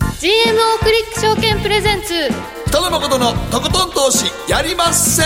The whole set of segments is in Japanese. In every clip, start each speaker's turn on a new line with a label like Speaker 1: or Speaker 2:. Speaker 1: 能クリック証券プレゼンツ
Speaker 2: 北野誠のとことん投資やりまっせ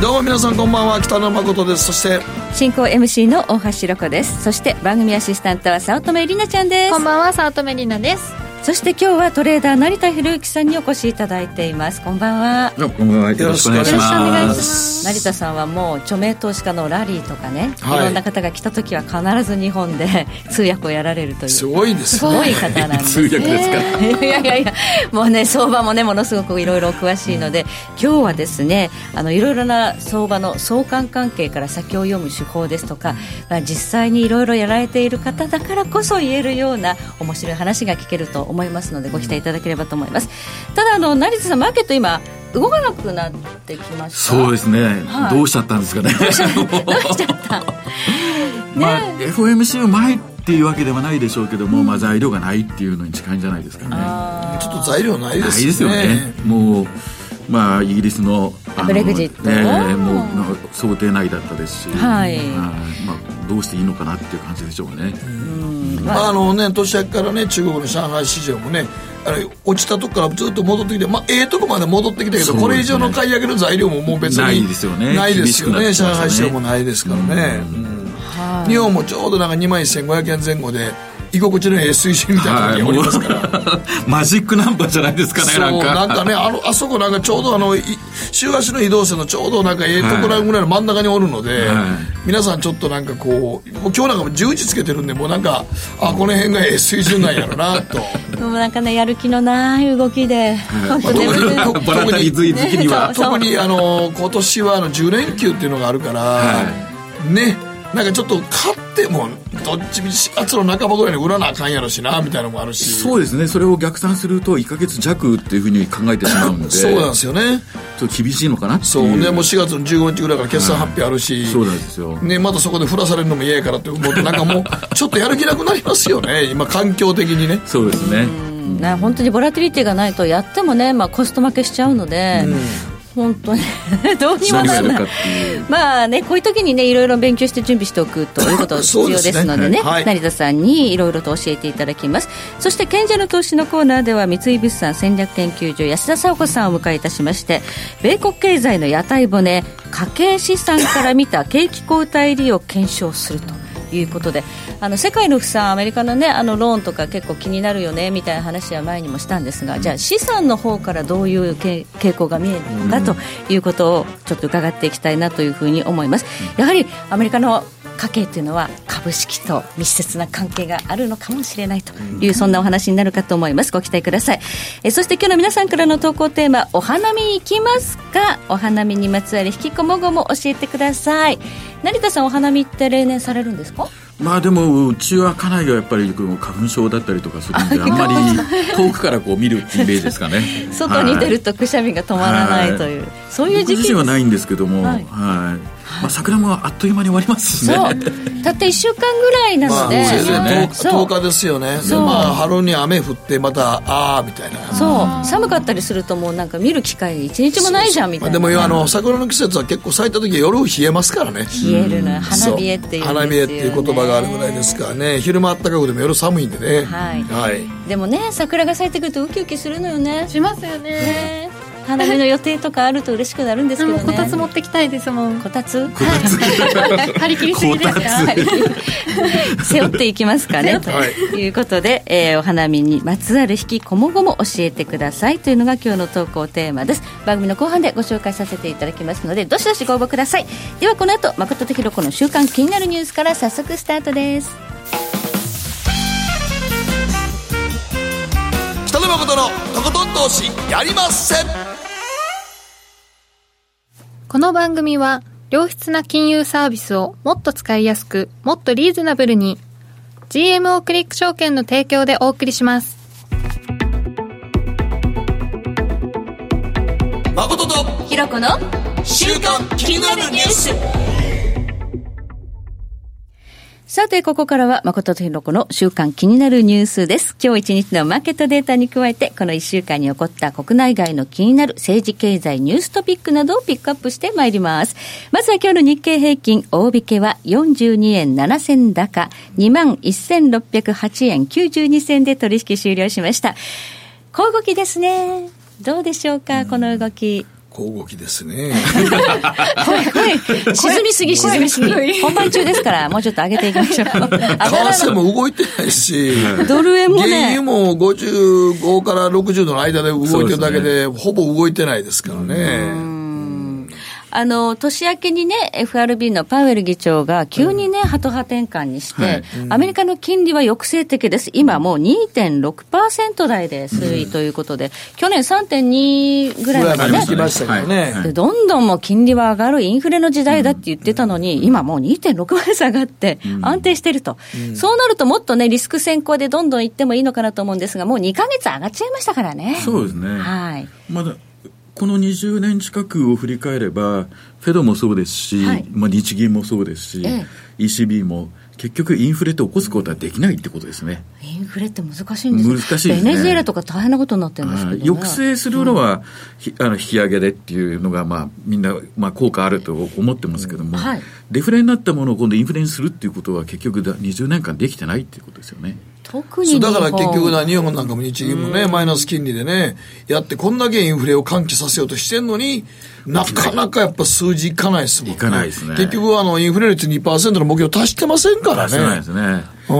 Speaker 2: どうも皆さんこんばんは北野誠ですそして
Speaker 3: 進行 MC の大橋ロコですそして番組アシスタントは早乙女里奈ちゃんです
Speaker 1: こんばんは早乙女里奈です
Speaker 3: そして今日はトレーダー成田博之さんにお越しいただいていますこんばんは
Speaker 4: どうもこんばんはよろしくお願いし
Speaker 3: よろ
Speaker 4: ま
Speaker 3: し
Speaker 4: す
Speaker 3: くお願いしま
Speaker 2: します
Speaker 3: す成田さんはもう著名投資家のラリーとかね、
Speaker 2: はい
Speaker 3: い、ろんな方が来た時は必ず日本で 通訳をやられるという
Speaker 2: す
Speaker 3: す
Speaker 2: ごいですね
Speaker 3: ごい方 なんで
Speaker 4: 通
Speaker 3: す
Speaker 4: 訳ですか、
Speaker 3: いやいやいやもうね相場もねものすごくいろいろお詳しいので今日はですねあのいろいろな相場の相関関係から先を読む手法ですとか、まあ、実際にいろいろやられている方だからこそ言えるような面白い話が聞けると思いますのでご期待いただければと思いますただあの成田さんマーケット今動かなくなってきました
Speaker 4: そうですね、
Speaker 3: はい
Speaker 4: どうしちゃったんですかね
Speaker 3: どうしちゃった
Speaker 4: まあ FOMC うまいっていうわけではないでしょうけども、まあ、材料がないっていうのに近いんじゃないですかねな
Speaker 2: ちょっと材料ない
Speaker 4: い
Speaker 2: で
Speaker 4: です
Speaker 2: ね
Speaker 4: すよねもうまあイギリスのあの
Speaker 3: ブレグジット
Speaker 4: ええもうなんか想定内だったですし、
Speaker 3: はい
Speaker 4: まあ、どうしていいのかなっていう感じでしょうね、
Speaker 2: まあ、あのね年明けからね中国の上海市場もねあれ落ちたとこからずっと戻ってきて、まあ、ええとこまで戻ってきたけど、
Speaker 4: そう
Speaker 2: これ
Speaker 4: で
Speaker 2: 以
Speaker 4: す
Speaker 2: 上
Speaker 4: ね
Speaker 2: の買い上げの材料ももう別に
Speaker 4: ないですよね
Speaker 2: ないですよね
Speaker 4: 厳しく
Speaker 2: 上
Speaker 4: なっ
Speaker 2: 海
Speaker 4: てましたね
Speaker 2: 市場もないですからね、うん
Speaker 3: はい
Speaker 2: 日本もちょうどなんか2万1500円前後で居心地のええ水準みたいな時におりますから、
Speaker 4: うマジックナンバーじゃないですかね
Speaker 2: そう
Speaker 4: なんか
Speaker 2: なんかねあのあそこなんかちょうどあのい週足の移動線のちょうどなんかええところぐらいの真ん中におるので、
Speaker 4: はい
Speaker 2: 皆さんちょっとなんかこうもう今日なんかも十字つけてるんでもうなんかあこの辺がええ水準なんやろなと。
Speaker 3: でもなんかねやる気のない動きで本当眠
Speaker 2: 特
Speaker 3: る
Speaker 2: に特に
Speaker 4: バラタリズイズきには、
Speaker 3: そう
Speaker 2: 特にあの今年はあの10連休っていうのがあるから、ねなんかちょっと勝ってもどっちみち4月の半ばぐらいに売らなあかんやろしなみたいなのもあるし
Speaker 4: そうですねそれを逆算すると1か月弱っていうふうに考えてしまうんで
Speaker 2: そうなんですよね
Speaker 4: ちょっと厳しいのかなっていう
Speaker 2: そうねもう4月の15日ぐらいから決算発表あるし、
Speaker 4: そうなんですよ
Speaker 2: ね、またそこで振らされるのも嫌やからって思うとなんかもう ちょっとやる気なくなりますよね今環境的にね
Speaker 4: そうですね
Speaker 3: ね、本当にボラティリティがないとやってもね、まあ、コスト負けしちゃうので、本当に どうにも
Speaker 4: 何を
Speaker 3: な
Speaker 4: や
Speaker 3: ら
Speaker 4: る
Speaker 3: な
Speaker 4: かっ
Speaker 3: い。
Speaker 4: ていう
Speaker 3: まあね、こういう時にね、いろいろ勉強して準備しておくということが必
Speaker 2: そう
Speaker 3: 要
Speaker 2: で
Speaker 3: です
Speaker 2: ね
Speaker 3: すのでね、
Speaker 2: はい
Speaker 3: 成田さんにいろいろと教えていただきます。そして、賢者の投資のコーナーでは、三井物産戦略研究所安田沙子さんをお迎えいたしまして、米国経済の屋台骨、家計資産から見た 景気後退利を検証すると。いうことであの世界の不産、アメリカの,、ね、あのローンとか結構気になるよねみたいな話は前にもしたんですがじゃあ資産の方からどういうけ傾向が見えるのかということをちょっと伺っていきたいなというふうに思います。やはりアメリカの家計というのは株式と密接な関係があるのかもしれないというそんなお話になるかと思いますご期待くださいえそして今日の皆さんからの投稿テーマ「お花見行きますか?」お花見にまつわる引きこもごも教えてください成田さんお花見って例年されるんですか
Speaker 4: まあでもうちは家内がやっぱりこの花粉症だったりとかするんであんまり遠くからこう見るっていうイメージですかね
Speaker 3: 外に出るとくしゃみが止まらないという、そういう
Speaker 4: 僕
Speaker 3: 時
Speaker 4: 自
Speaker 3: 期
Speaker 4: 身はないんですけども、
Speaker 3: は
Speaker 4: はいいまあ、桜もあっという間に終わりますしね
Speaker 3: そうたった1週間ぐらいなので、
Speaker 4: ま
Speaker 2: せ
Speaker 4: あそ
Speaker 2: いうぜ
Speaker 4: で
Speaker 2: い
Speaker 4: すよ
Speaker 2: 10,
Speaker 4: ね
Speaker 3: そう
Speaker 2: 日ですよねで
Speaker 3: そう
Speaker 2: まあ春に雨降ってまたああみたいな
Speaker 3: そう寒かったりするともうなんか見る機会一日もないじゃんみ
Speaker 2: ま
Speaker 3: た
Speaker 2: あ、
Speaker 3: い
Speaker 2: で
Speaker 3: な、
Speaker 2: もあの桜の季節は結構咲いた時は夜冷えますからね
Speaker 3: 冷えるな花冷えっていうんですよね
Speaker 2: そ花冷えっていう言葉があるぐらいですからね昼間あったかくても夜寒いんでね
Speaker 3: はい
Speaker 2: はい、
Speaker 3: でもね桜が咲いてくるとウキウキするのよね
Speaker 5: しますよね。
Speaker 3: ね花見の予定とかあると嬉しくなるんで
Speaker 5: で
Speaker 3: すけど
Speaker 5: も
Speaker 3: ね
Speaker 5: こたつ持ってきたいです もん。
Speaker 3: こたつ
Speaker 5: 張り切りすぎですか
Speaker 4: こたつ
Speaker 3: 背負っていきますかねと
Speaker 2: はい
Speaker 3: いうことで、えーお花見にまつわる引きこもごも教えてくださいというのが今日の投稿テーマです番組の後半でご紹介させていただきますのでどしどしご応募くださいではこの後誠とひろ子の週刊気になるニュースから早速スタートです
Speaker 2: 北野誠のとことん投資やりまっせ
Speaker 5: この番組は、良質な金融サービスをもっと使いやすく、もっとリーズナブルに、GMO クリック証券の提供でお送りします。
Speaker 2: 誠と
Speaker 3: ひろ子の
Speaker 2: 週刊気になるニュース
Speaker 3: ささて、ここからは誠とひろこの週間気になるニュースです。今日一日のマーケットデータに加えて、この1週間に起こった国内外の気になる政治経済ニューストピックなどをピックアップしてまいります。まずは今日の日経平均、大引けは42円7銭高、21,608円92銭で取引終了しました。小動きですね。どうでしょうか、この動き。
Speaker 2: 小動きですね。
Speaker 3: 沈みすぎ、沈みすぎ。本番中ですから、もうちょっと上げていきま しょう。 上がらな
Speaker 2: 為替も動いてないし、
Speaker 3: ドル円も
Speaker 2: 原
Speaker 3: ね
Speaker 2: 油。も55から60度の間で動いてるだけ
Speaker 4: そう
Speaker 2: で、ほぼ動いてないですからね。
Speaker 3: あの年明けにね、FRB のパウエル議長が急にね、ハト派転換にして、
Speaker 4: はい
Speaker 3: アメリカの金利は抑制的です、今もう2.6%台で推移ということで、去年3.2ぐ
Speaker 2: ぐ
Speaker 3: らい
Speaker 2: ら
Speaker 3: ま
Speaker 2: いま
Speaker 3: で
Speaker 2: で
Speaker 3: ね
Speaker 2: 行。きましたけどね。
Speaker 3: でどんどんもう金利は上がるインフレの時代だって言ってたのに、今もう2.6まで下がって、安定してると、そうなるともっとね、リスク先行でどんどんいってもいいのかなと思うんですが、もう2か月上がっちゃいましたからね。
Speaker 4: そうですね、
Speaker 3: はい
Speaker 4: まだこの20年近くを振り返れば、フェドもそうですし、
Speaker 3: はい
Speaker 4: まあ、日銀もそうですし、
Speaker 3: え
Speaker 4: ECB も結局、インフレって起こすことはできないってことですね。
Speaker 3: インフレって難しいんですね
Speaker 4: 難しいですね
Speaker 3: ベネズエラとか大変なことになってるんですけど、ね、
Speaker 4: 抑制するのは、ひあの引き上げでっていうのが、まあ、みんな、まあ、効果あると思ってますけども、
Speaker 3: はい
Speaker 4: デフレになったものを今度インフレにするっていうことは結局だ20年間できてないっていうことですよね。
Speaker 3: 特に
Speaker 2: そう
Speaker 3: 日
Speaker 2: だ
Speaker 3: 本
Speaker 2: から結局な、日本なんかも日銀もね、マイナス金利でね、やってこんだけインフレを喚起させようとしてんのに、なかなかやっぱ数字いかないですもん
Speaker 4: いかないですね
Speaker 2: 結局あの、インフレ率2%の目標達してませんからね。
Speaker 4: そうなんですね。
Speaker 2: うん
Speaker 4: そ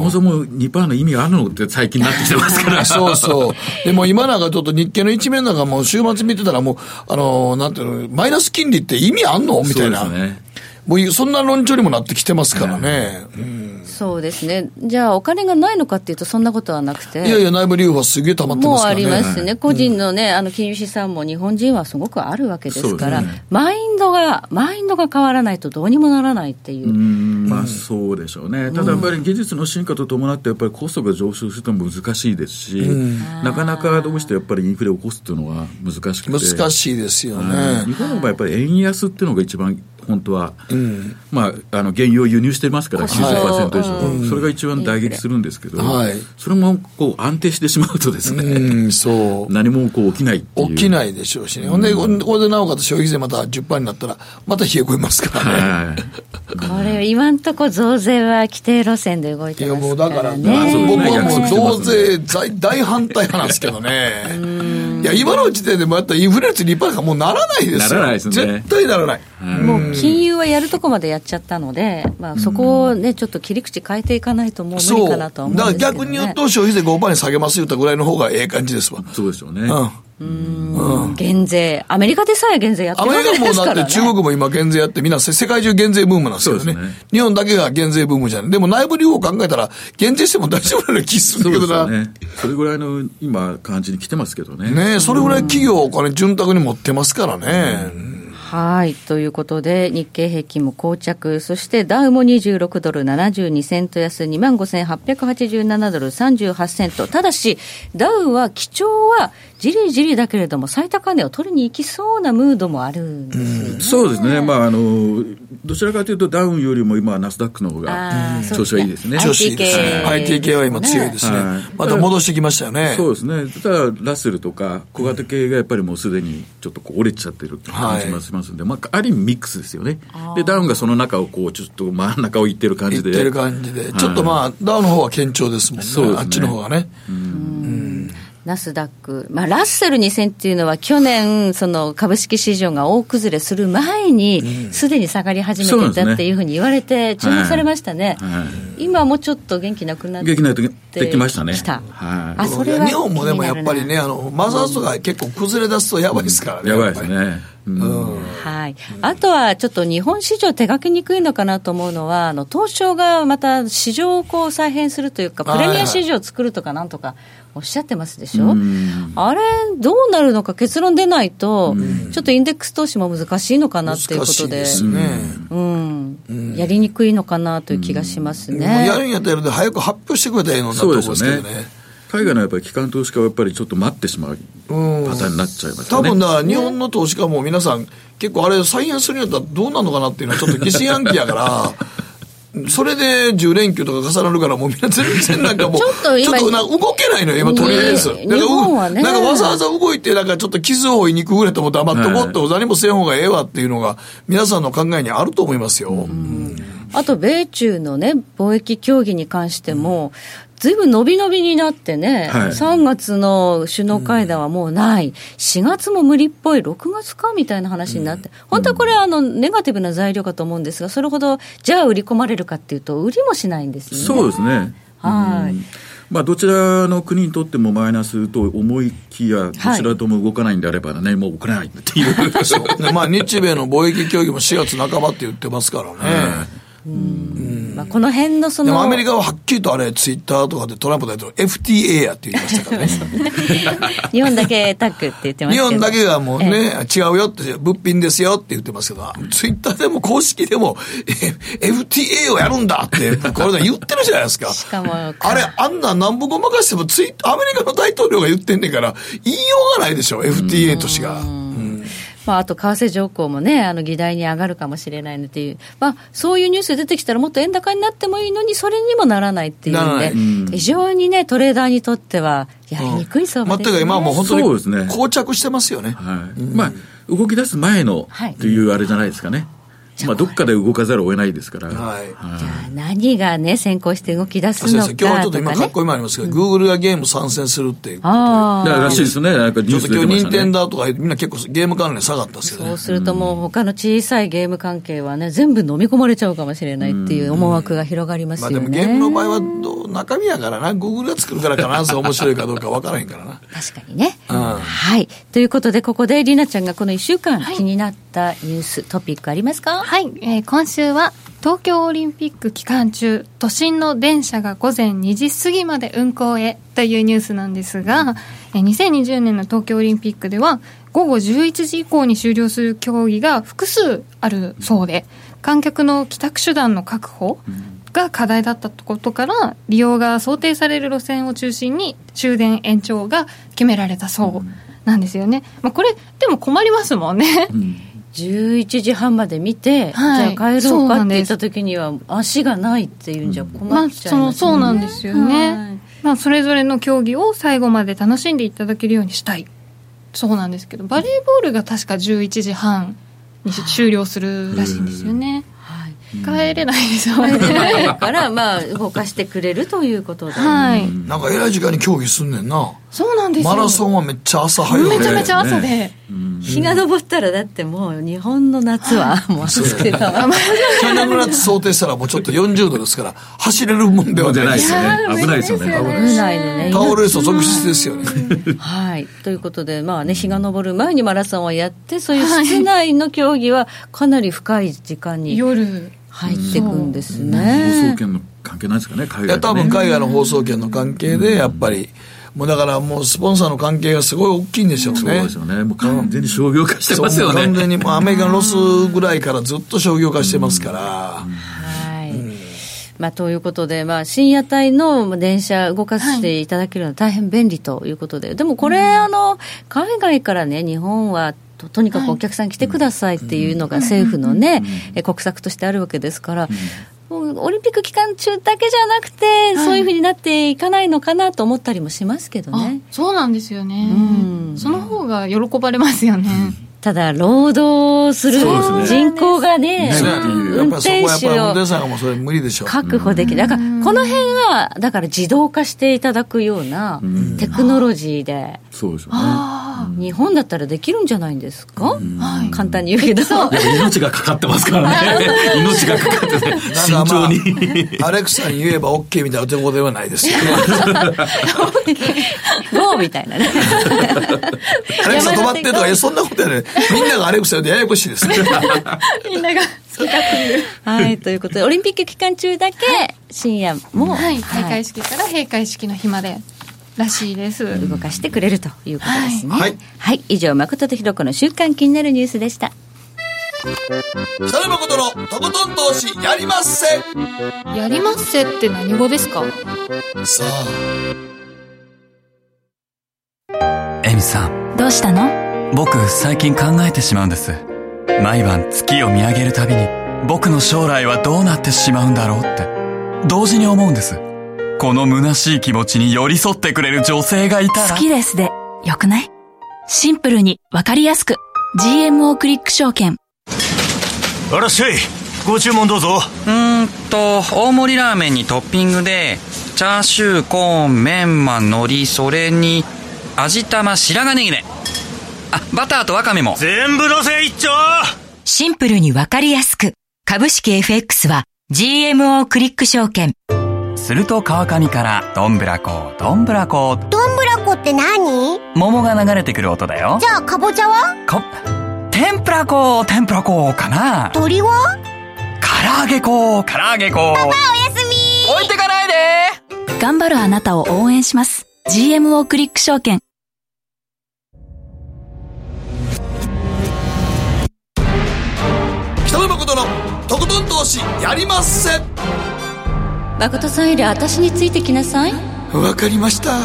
Speaker 4: もそも2%の意味があるのって最近になってきてますか ら。
Speaker 2: そうそう。でも今なんかちょっと日経の一面なんかもう週末見てたらもう、あのーなんていうの、マイナス金利って意味あんのみたいな。
Speaker 4: そうですね
Speaker 2: もうそんな論調にもなってきてますからね。うん
Speaker 3: そうですね、じゃあ、お金がないのかっていうと、そんなことはなくて、
Speaker 2: いやいや、内部留保はすげえ溜まってま
Speaker 3: もう
Speaker 2: すか
Speaker 3: あ
Speaker 2: らね。
Speaker 3: りますね、個人のね、あの金融資産も日本人はすごくあるわけですから、
Speaker 4: そうですね
Speaker 3: マインドが、マインドが変わらないとどうにもならないっていうう、
Speaker 4: んまあそうでしょうね、ただやっぱり技術の進化とともなって、やっぱりコストが上昇するとも難しいですし、なかなかどうしてやっぱりインフレを起こすというのは難しくて、
Speaker 2: 難しいですよ
Speaker 4: はい日
Speaker 2: ね。
Speaker 4: 本はやっぱり円安っていうのが一番本当は、まあ、あの原油を輸入してますから90%以上、それが一番打撃するんですけど、
Speaker 2: はい
Speaker 4: それもこう安定してしまうとですね、
Speaker 2: うん、そう。
Speaker 4: 何もこう起きないっていう
Speaker 2: 起きないでしょうしね。ほんで、これでなおかつ消費税また10%になったら、また冷え込みますからね。
Speaker 4: はい
Speaker 3: これ、今んとこ増税は規定路線で動い
Speaker 2: い
Speaker 3: て
Speaker 2: や
Speaker 3: ま
Speaker 2: もう
Speaker 3: す
Speaker 2: だ
Speaker 3: か
Speaker 2: から、
Speaker 3: ら
Speaker 2: 僕
Speaker 4: まあそう
Speaker 3: ね。
Speaker 2: は
Speaker 4: 約束して
Speaker 2: も
Speaker 4: ま
Speaker 2: う増
Speaker 4: すね
Speaker 2: 税大大反対派なんですけどね。いや、今の時点でもやったらインフレ率2%がもうならないですよ。
Speaker 4: ならないですね
Speaker 2: 絶対ならない。
Speaker 3: もう金融はやるとこまでやっちゃったので、まあ、そこをね、ちょっと切り口変えていかないと、もう無理
Speaker 2: そ
Speaker 3: か
Speaker 2: う。だ
Speaker 3: なとは
Speaker 2: か
Speaker 3: 思うん
Speaker 2: ら
Speaker 3: ですけど、ね、
Speaker 2: 逆に言うと消費税5%に下げます言ったぐらいの方がええ感じですわ。
Speaker 4: そうでしょうね、
Speaker 2: うん。ア
Speaker 3: 減税、アメリカでさえ減税やってるわ
Speaker 2: メ
Speaker 3: け
Speaker 2: リカ
Speaker 3: で
Speaker 2: も
Speaker 3: すか
Speaker 2: だ
Speaker 3: ら、ね、
Speaker 2: って中国も今減税やってみんな世世界中減税ブームなんですよ
Speaker 4: そう
Speaker 2: ね
Speaker 4: ですね
Speaker 2: 日本だけが減税ブームじゃない。でも内部留保考えたら減税しても大丈夫なような気する
Speaker 4: そ
Speaker 2: ん
Speaker 4: う
Speaker 2: だけど
Speaker 4: ですよ
Speaker 2: な。
Speaker 4: ね、それぐらいの今、感じに来てますけどね。
Speaker 2: ねえそれぐらい企業お金潤沢に持ってますからね。
Speaker 3: はい。ということで、日経平均も膠着、そしてダウも26ドル72セント安、25,887ドル38セント。ただし、ダウは基調はじりじりだけれども、最高値を取りに行きそうなムードもあるんですよね
Speaker 4: そうですね、まあ、あのどちらかというと、ダウンよりも今、ナスダックの方が
Speaker 3: あーそう
Speaker 4: 調子がいいですね。
Speaker 2: 女子ですね。IT 系
Speaker 3: IT 系
Speaker 2: は今強いですね
Speaker 4: はい。
Speaker 2: また戻してきましたよね。
Speaker 4: そうですね、ただ、ラッセルとか小型系がやっぱりもうすでにちょっとこう折れちゃってる感じもしますんで、まあ、ある意味ミックスですよね、でダウンがその中をこうちょっと真ん中をいってる感
Speaker 2: 言
Speaker 4: じ
Speaker 2: っ
Speaker 4: で、
Speaker 2: てる感じで。ちょっとまあ、ダウの方は堅調ですもん
Speaker 4: そ
Speaker 2: ね。
Speaker 4: うですね
Speaker 2: あっちの方がね。
Speaker 3: ナスダック。まあ、ラッセル2000っていうのは去年、その株式市場が大崩れする前に、すでに下がり始めてい
Speaker 4: そうです
Speaker 3: た
Speaker 4: ね
Speaker 3: っていうふうに言われて、注目されましたね。
Speaker 4: は
Speaker 3: 今もうちょっと元気なくなっ
Speaker 4: い、
Speaker 3: て
Speaker 4: 元気ないとできましたね。
Speaker 3: きた
Speaker 4: はい
Speaker 3: あそれは
Speaker 2: 日本もでもやっぱり
Speaker 3: 気にな
Speaker 2: ね、あの、マザーズとか結構崩れ出すとやばいですからね。
Speaker 4: やばいです
Speaker 2: っぱ
Speaker 4: ね。うん
Speaker 3: はい、あとはちょっと日本市場手がけにくいのかなと思うのは、あの東証がまた市場をこう再編するというか、プレミア市場を作るとかなんとかおっしゃってますでしょ、あれ、どうなるのか結論出ないと、ちょっとインデックス投資も難しいのかな
Speaker 2: り
Speaker 3: っていう
Speaker 2: 難
Speaker 3: こ
Speaker 2: し
Speaker 3: と
Speaker 2: い
Speaker 3: で、
Speaker 2: ですね。
Speaker 3: うん、やりにくいのかなという気がします
Speaker 2: もうやる
Speaker 3: ね。
Speaker 2: んやったらやるで早く発表してくれたらええのになと
Speaker 4: そ
Speaker 2: 思
Speaker 4: う
Speaker 2: うん
Speaker 4: で
Speaker 2: です
Speaker 4: よ
Speaker 2: すけど
Speaker 4: ね
Speaker 2: ね。
Speaker 4: 海外のやっぱり機関投資家はやっぱりちょっと待ってしまうパターンになっちゃいました
Speaker 2: 多
Speaker 4: ね。
Speaker 2: 分だから日本の投資家も皆さん結構あれ再現するんやったらどうなのかなっていうのはちょっと疑心暗鬼やから それで10連休とか重なるから、もうみんな全然なんかもう、
Speaker 3: ちょっと今
Speaker 2: ちょっなんか動けないのよ、今、とりあえず。な
Speaker 3: ね
Speaker 2: んか
Speaker 3: 日本はね
Speaker 2: なんかわざわざ動いて、なんかちょっと傷を負いに行くぐらいと思って黙っとこうと、何もせん方がええわっていうのが、皆さんの考えにあると思いますよ。
Speaker 3: あと米中のね、貿易協議に関しても、ずいぶん伸び伸びになってね、
Speaker 4: はい
Speaker 3: 3月の首脳会談はもうない、4月も無理っぽい、6月かみたいな話になって、本当はこれ、あの、ネガティブな材料かと思うんですが、それほど、じゃあ売り込まれるかっていうと、売りもしないんですよね。
Speaker 4: そうですね。
Speaker 3: はい
Speaker 4: うんまあ、どちらの国にとってもマイナスと思いきや、どちらとも動かないんであればね、もう送らないって いう。
Speaker 2: で まあ、日米の貿易協議も4月半ばって言ってますからね。
Speaker 3: まあ、この辺のそ
Speaker 2: でも
Speaker 3: の、
Speaker 2: アメリカははっきりとあれ、ツイッターとかでトランプ大統領、FTA やって言いましたからね。
Speaker 3: 日本だけタッグって言ってます
Speaker 2: 日
Speaker 3: け
Speaker 2: 本
Speaker 3: ど。
Speaker 2: だけがもうね、違うよって、物品ですよって言ってますけど、ツイッターでも公式でも、え FTA をやるんだって、これで言ってるじゃないですか。
Speaker 3: しかも
Speaker 2: あれ、あんな南部ごまかしてもツイ、アメリカの大統領が言ってんねんから、言いようがないでしょ、FTA としが。
Speaker 3: まあ、あと為替条項もね、あの議題に上がるかもしれないのという、まあ、そういうニュース出てきたら、もっと円高になってもいいのに、それにもならないってい
Speaker 2: なら
Speaker 3: うん
Speaker 2: ない
Speaker 3: で、非常にね、トレーダーにとっては、やりにくい相場
Speaker 2: 全
Speaker 3: で
Speaker 2: く
Speaker 3: す、ね
Speaker 2: 今はもう本当に
Speaker 4: そうですね
Speaker 2: 膠着してますよね。
Speaker 4: はいまあ、動き出す前の
Speaker 3: はい
Speaker 4: というあれじゃないですかね。まあ、どっかで動かざるを得ないですから。
Speaker 2: はい
Speaker 3: じゃあ何がね、先行して動き出す
Speaker 2: 先
Speaker 3: の
Speaker 2: 生、今日は
Speaker 3: か
Speaker 2: ちょっ
Speaker 3: と
Speaker 2: と
Speaker 3: か
Speaker 2: 今かっ
Speaker 3: ね。
Speaker 2: こいいもありますけど、Google がゲーム参戦するっていう。
Speaker 3: あ
Speaker 4: だ
Speaker 3: あ
Speaker 4: かららしいですね。なんかニ
Speaker 2: ち
Speaker 4: ュ
Speaker 2: ょ
Speaker 4: ー
Speaker 2: っと
Speaker 4: ス出
Speaker 2: 今
Speaker 4: てま
Speaker 2: 日、
Speaker 4: した
Speaker 2: 任天
Speaker 4: ね。
Speaker 2: 堂とかみんな結構ゲーム関連下がったんですけど
Speaker 3: そう
Speaker 2: ね。
Speaker 3: するともう他の小さいゲーム関係はね、全部飲み込まれちゃうかもしれないっていう思惑が広がります
Speaker 2: ま
Speaker 3: よ
Speaker 2: あ
Speaker 3: ね。
Speaker 2: でもゲームの場合はどう中身やからな、Google が作るから必ず面白いかどうか分からへんからな。
Speaker 3: 確かにね。
Speaker 2: うん
Speaker 3: はい。ということで、ここで、りなちゃんがこの1週間気になったニュース、トピックありますか
Speaker 5: はい、えー今週は東京オリンピック期間中都心の電車が午前2時過ぎまで運行へというニュースなんですが、えー2020年の東京オリンピックでは午後11時以降に終了する競技が複数あるそうで観客の帰宅手段の確保が課題だったことから利用が想定される路線を中心に終電延長が決められたそうなんですよね。まあ、これでも困りますもんね。
Speaker 3: 11時半まで見て、
Speaker 5: はい
Speaker 3: じゃあ帰ろ
Speaker 5: そうう
Speaker 3: か
Speaker 5: な
Speaker 3: っ
Speaker 5: ん
Speaker 3: て言
Speaker 5: で
Speaker 3: っ
Speaker 5: す
Speaker 3: た時には足がないっていうんじゃ
Speaker 5: ま
Speaker 3: 困
Speaker 5: あ、
Speaker 3: っちゃい
Speaker 5: そ
Speaker 3: ま
Speaker 5: の
Speaker 3: すよ
Speaker 5: そう
Speaker 3: ね
Speaker 5: なんですよね、
Speaker 3: はい
Speaker 5: まあ、それぞれの競技を最後まで楽しんでいただけるようにしたいそうなんですけどバレーボールが確か11時半にし終了するらしいんですよね
Speaker 3: はい
Speaker 5: 帰れないですよ
Speaker 3: 帰れ
Speaker 5: ね
Speaker 3: ないから、まあ、動かしてくれるということで。
Speaker 5: はい、
Speaker 2: なんかえらい時間に競技すんねんな。
Speaker 5: そうなんですよ
Speaker 2: マラソンはめっちゃ朝早い
Speaker 5: めちゃめちゃ朝で、
Speaker 3: 日が昇ったら、だってもう、日本の夏は、もう暑くてたまらない
Speaker 2: 去年の夏想定したらもうちょっと40度ですから、走れるもんでは
Speaker 4: じゃ
Speaker 2: な
Speaker 4: ないい
Speaker 2: で
Speaker 4: ですす
Speaker 2: よ
Speaker 4: よ
Speaker 2: ね。
Speaker 4: ね。危ないですよね。
Speaker 5: 危ない
Speaker 3: 危ないでね。
Speaker 2: タオルレース続出ですよね。
Speaker 3: はい、ということで、まあね、日が昇る前にマラソンをやって、そういう室内の競技はかなり深い時間に
Speaker 5: 夜
Speaker 3: 入っていくんです
Speaker 4: 放送
Speaker 3: ね。
Speaker 4: 権の関係ないですかね、海外、
Speaker 2: い
Speaker 4: ね。
Speaker 2: や、多分海外の放送権の関係で、やっぱり、もうだからもうスポンサーの関係がすごい大きいんでしょうね。
Speaker 4: そうですよね。もう完全に商業化してます
Speaker 2: そ
Speaker 4: よ
Speaker 2: うもう完
Speaker 4: ね。
Speaker 2: 全にもうアメリカのロスぐらいからずっと商業化してますから。
Speaker 3: はいまあ、ということで、まあ、深夜帯の電車動かしていただけるのは大変便利ということで、でもこれ、あの、海外からね、日本はととにかくお客さん来てくださいっていうのが政府のね、え国策としてあるわけですから、もうオリンピック期間中だけじゃなくて、そういうふうになっていかないのかなと思ったりもしますけど
Speaker 5: あ
Speaker 3: ね。
Speaker 5: そうなんですよね、
Speaker 3: うん
Speaker 5: その方が喜ばれますよね、
Speaker 3: ただ、労働する
Speaker 4: そうです
Speaker 3: 人口がね、
Speaker 4: そうなんです
Speaker 3: う
Speaker 4: ね
Speaker 3: ん
Speaker 2: やっ
Speaker 3: 運
Speaker 2: ぱりそこはや
Speaker 3: 転
Speaker 2: っぱ
Speaker 3: 手
Speaker 2: り運
Speaker 3: を
Speaker 2: 転手さんがもうそれ無理でしょう。
Speaker 3: 確保できる。だから、この辺は、だから自動化していただくようなテクノロジーで、
Speaker 4: そうですよ
Speaker 5: あ
Speaker 3: 日本だったらできるんじゃないんですか
Speaker 5: はい
Speaker 3: 簡単に言うけど。
Speaker 4: ね。いや命がかかってますからね。 命がかかってね。慎
Speaker 2: なんかまあ
Speaker 4: 重に。
Speaker 2: アレクサに言えば OK みたいなとこではないですよね。
Speaker 3: ゴーみたいなね。
Speaker 2: アレクサ止まってとか、いや、そんなことやね。みんながアレクサでややこしいですね。
Speaker 5: あみんなが
Speaker 3: はい、ということで、オリンピック期間中だけ、深夜も、
Speaker 5: はい、
Speaker 3: はい
Speaker 5: 開会式から閉会式の日までらしいです。
Speaker 3: 動かしてくれるということですね。
Speaker 2: はい
Speaker 3: はい、以上、誠とひろ子の週間気になるニュースでした。
Speaker 2: さらばことの、とことん投資やりまっせ
Speaker 5: やりまっせって何語ですか
Speaker 2: さあ、
Speaker 6: エミさん
Speaker 7: どうしたの
Speaker 6: 僕最近考えてしまうんです毎晩月を見上げるたびに僕の将来はどうなってしまうんだろうって、同時に思うんです。この虚しい気持ちに寄り添ってくれる女性がいたら。
Speaker 7: 好きですで、よくないシンプルに、わかりやすく。GMO クリック証券。
Speaker 8: あらっしゃいご注文どうぞ
Speaker 9: うーんと大盛りラーメンにトッピングでチャーシューコーンメンマ海苔それに味玉白髪ネギねあバターとワカメも
Speaker 8: 全部のせ一丁
Speaker 10: シンプルにわかりやすく。株式 FX は GMO クリック証券。
Speaker 6: すると川上から、どんぶらこ、どんぶらこ、
Speaker 11: どんぶらこって何
Speaker 6: 桃が流れてくる音だよ
Speaker 11: じ。ゃあかぼちゃは
Speaker 6: こ、天ぷらこ、天ぷらこかな。
Speaker 11: 鳥は
Speaker 6: 唐揚げこ、唐揚げこ。
Speaker 11: おやすみ
Speaker 6: 置いてかないで
Speaker 7: 頑張るあなたを応援します。GMO クリック証券。
Speaker 2: 北野誠のとことん投資やりまっせ
Speaker 3: 誠さんより私についてきなさい
Speaker 2: わかりました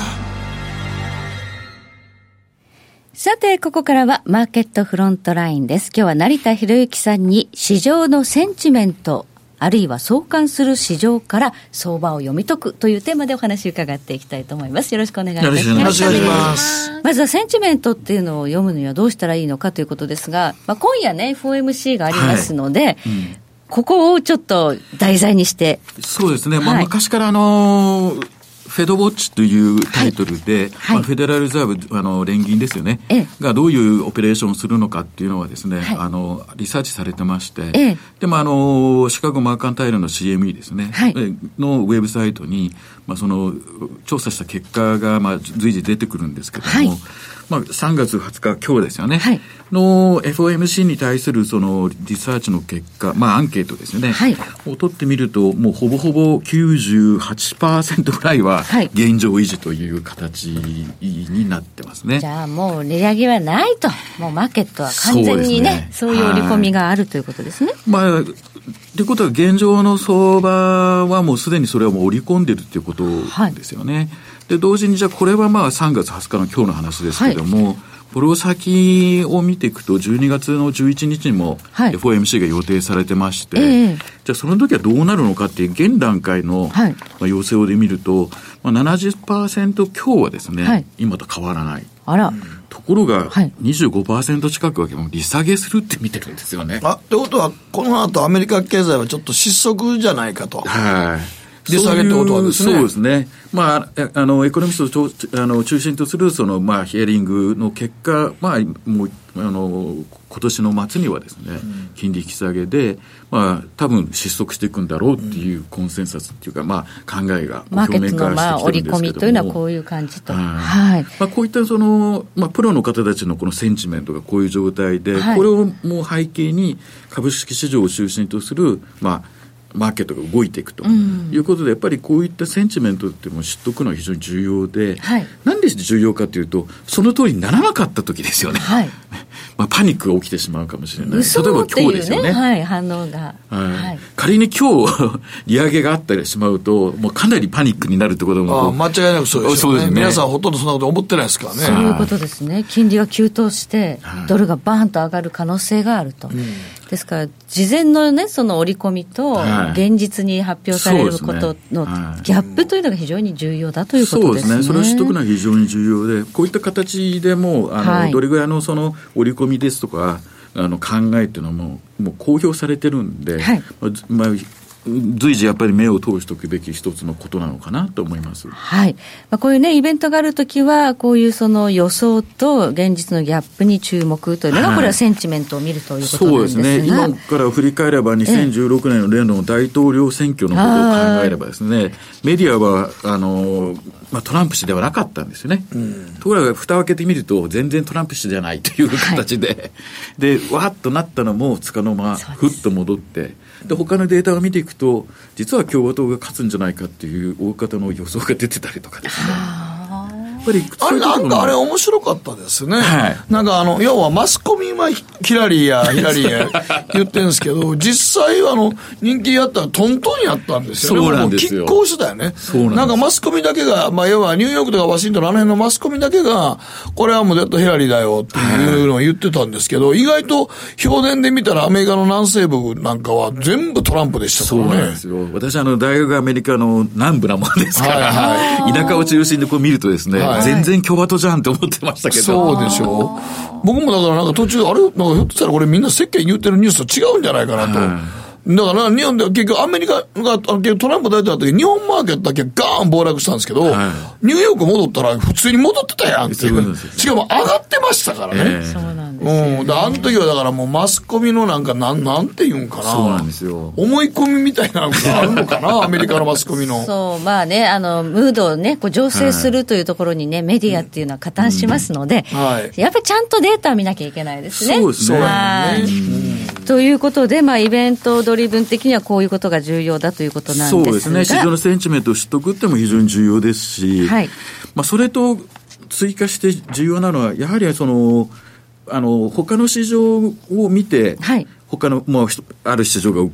Speaker 3: さて、ここからはマーケットフロントラインです。今日は成田博之さんに市場のセンチメント、あるいは相関する市場から相場を読み解くというテーマでお話を伺っていきたいと思います。よろしくお願いいたします。
Speaker 4: よろ
Speaker 2: よろしくお願いします
Speaker 3: まずはセンチメントっていうのを読むにはどうしたらいいのかということですが、まあ、今夜ね、FOMC がありますので、ここをちょっと題材にして、
Speaker 4: そうですね、まあ
Speaker 3: はい
Speaker 4: 昔からあのーフェドウォッチというタイトルで、
Speaker 3: はい
Speaker 4: まあフェデラルリザーブ、あの、連銀ですよね
Speaker 3: ええ。
Speaker 4: がどういうオペレーションをするのかっていうのはですね、
Speaker 3: はい
Speaker 4: あの、リサーチされてまして、
Speaker 3: ええ
Speaker 4: でもあの、シカゴマーカンタイルの CME ですね、
Speaker 3: はい
Speaker 4: えのウェブサイトに、まあその、調査した結果が、まあ随時出てくるんですけども、
Speaker 3: はい
Speaker 4: まあ3月20日、今日ですよね、
Speaker 3: はい
Speaker 4: の FOMC に対するそのリサーチの結果、まあアンケートですよね、
Speaker 3: はい
Speaker 4: を取ってみると、もうほぼほぼ98%ぐらいは
Speaker 3: はい
Speaker 4: 現状維持という形になってますね。
Speaker 3: じゃあもう値上げはないと、もうマーケットは完全にね、そ,、
Speaker 4: そううですね
Speaker 3: いう織り込みがあるということですね。
Speaker 4: まあ、ということは現状の相場はもうすでにそれはもう織り込んでるということですよね。で、同時にじゃあこれはまあ3月20日の今日の話ですけども、これを先を見ていくと12月の11日にも
Speaker 3: はい
Speaker 4: FOMC が予定されてまして、
Speaker 3: ええ
Speaker 4: じゃあその時はどうなるのかっていう現段階の、
Speaker 3: はい
Speaker 4: まあ、要請で見ると、まあ、70%強はですね、
Speaker 3: はい
Speaker 4: 今と変わらない。
Speaker 3: あら、
Speaker 4: ところが
Speaker 3: はい
Speaker 4: 25%近くはもう利下げするって見てるんですよね。
Speaker 2: あってことはこの後アメリカ経済はちょっと失速じゃないかと
Speaker 4: はい。
Speaker 2: 利下げってことはですね
Speaker 4: そういうそうですね。まあえ、あの、エコノミストをちょあの中心とする、その、まあ、ヒアリングの結果、まあ、もう、あの、今年の末にはですね、金利引き下げで、まあ、多分失速していくんだろうっていうコンセンサスっていうか、まあ、考えが
Speaker 3: マーケ
Speaker 4: 表
Speaker 3: ッ
Speaker 4: 面
Speaker 3: ト
Speaker 4: 化
Speaker 3: のまあ
Speaker 4: して
Speaker 3: 織
Speaker 4: きて
Speaker 3: り
Speaker 4: るんですけども。
Speaker 3: 込みというのはこういう感じと。は
Speaker 4: はいい。まあ、こういったその、まあ、プロの方たちのこのセンチメントがこういう状態で、
Speaker 3: はい
Speaker 4: これをもう背景に株式市場を中心とする、まあ、マーケットが動いていくということで、やっぱりこういったセンチメントっていうのを知っておくのは非常に重要で、
Speaker 3: はい
Speaker 4: なんで重要かというと、その通りにならなかった時ですよね。
Speaker 3: はい。
Speaker 4: まあ、パニックが起きてしまうかもしれない。例え
Speaker 3: 嘘
Speaker 4: ば
Speaker 3: って
Speaker 4: 今日
Speaker 3: い
Speaker 4: で
Speaker 3: う
Speaker 4: す
Speaker 3: ね
Speaker 4: よね。
Speaker 3: はい、反応が。
Speaker 4: はい、仮に今日 利上げがあったりしまうと、もうかなりパニックになるってことも
Speaker 2: あ間違いなくそうです
Speaker 4: そ
Speaker 2: よ
Speaker 4: う
Speaker 2: ね
Speaker 4: ですね
Speaker 2: 皆さんほとんどそんなこと思ってないですから
Speaker 3: と
Speaker 2: ね
Speaker 3: いうことですね、金利が急騰して、ドルがバーンと上がる可能性があると、ですから、事前の,、ね、その織り込みと
Speaker 4: はい
Speaker 3: 現実に発表される
Speaker 4: そう
Speaker 3: こ
Speaker 4: ですね
Speaker 3: との
Speaker 4: はい
Speaker 3: ギャップというのが非常に重要だということですね。
Speaker 4: そうですね。それを知っておくのは非常に重要で、こういった形でもう、あの、
Speaker 3: はい
Speaker 4: どれぐらいのその織り込みですとか、あの考えっていうのはもう、もう公表されてるんで、
Speaker 3: はい
Speaker 4: まあずまあ、随時やっぱり目を通しておくべき一つのことなのかなと思います。
Speaker 3: はいまあ、こういうね、イベントがあるときは、こういうその予想と現実のギャップに注目というのが、
Speaker 4: はい
Speaker 3: これはセンチメントを見るということな
Speaker 4: そ
Speaker 3: ん
Speaker 4: う
Speaker 3: で
Speaker 4: ですす
Speaker 3: が、
Speaker 4: ね、今から振り返れば、2016年のレンドンの大統領選挙のことを考えればですね、メディアはあの、まあ、トランプ氏ではなかったんですよね、ところが、蓋を開けてみると、全然トランプ氏じゃないという形で、でわーっとなったのも、つかの間、ふっと戻って。で他のデータを見ていくと、実は共和党が勝つんじゃないかっていう大方の予想が出てたりとかですね、ぱり
Speaker 2: あれなんかあれ面白かったですね、なんかあの要はマスコミはヒラリーやヒラリー や言ってるんですけど実際あの人気やったらトントンやったんですよね
Speaker 4: そうなんですよ
Speaker 2: もう拮抗してたよね
Speaker 4: そうなんです
Speaker 2: なんかマスコミだけが、まあ、要はニューヨークとかワシントンのあの辺のマスコミだけがこれはもう絶対ヒラリーだよっていうのを言ってたんですけど意外と表現で見たらアメリカの南西部なんかは全部トランプでしたか
Speaker 4: そう
Speaker 2: ら
Speaker 4: なん
Speaker 2: ね
Speaker 4: ですよ。私、あの、大学がアメリカの南部なもんですから、
Speaker 2: は
Speaker 4: 田舎を中心にこう見るとですね、
Speaker 2: はい
Speaker 4: 全然共和党じゃんって思ってましたけど。
Speaker 2: そうでしょう。僕もだからなんか途中、あれなんかひょっとしたらこれみんな世間言ってるニュースと違うんじゃないかなと。だから日本では結局アメリカがあの結局トランプ大統領だった時日本マーケットだけガーン暴落したんですけど、ニューヨーク戻ったら普通に戻ってたやんってい
Speaker 4: そうなん
Speaker 2: う
Speaker 4: ですよ
Speaker 2: しかも上がってましたからね、
Speaker 4: ええ
Speaker 2: そうなんです、うん、であの時はだからもうマスコミのなんかなんなんていうんかな
Speaker 4: そうなんですよ。
Speaker 2: 思い込みみたいなのがあるのか なアメリカのマスコミの
Speaker 3: そう、まあね、あの、ムードをね、こう、醸成するというところにね、メディアっていうのは加担しますので、
Speaker 2: はい
Speaker 3: やっぱりちゃんとデータ見なきゃいけないですね。
Speaker 4: そうですね
Speaker 3: はい
Speaker 4: そうです
Speaker 3: ということで、まあ、イベントドリブン的にはこういうことが重要だということなんですが。
Speaker 4: そうですね。市場のセンチメントを知っておくっても非常に重要ですし、
Speaker 3: はい
Speaker 4: まあ、それと追加して重要なのは、やはりその、あの、他の市場を見て、他の、もう、ひとある市場が浮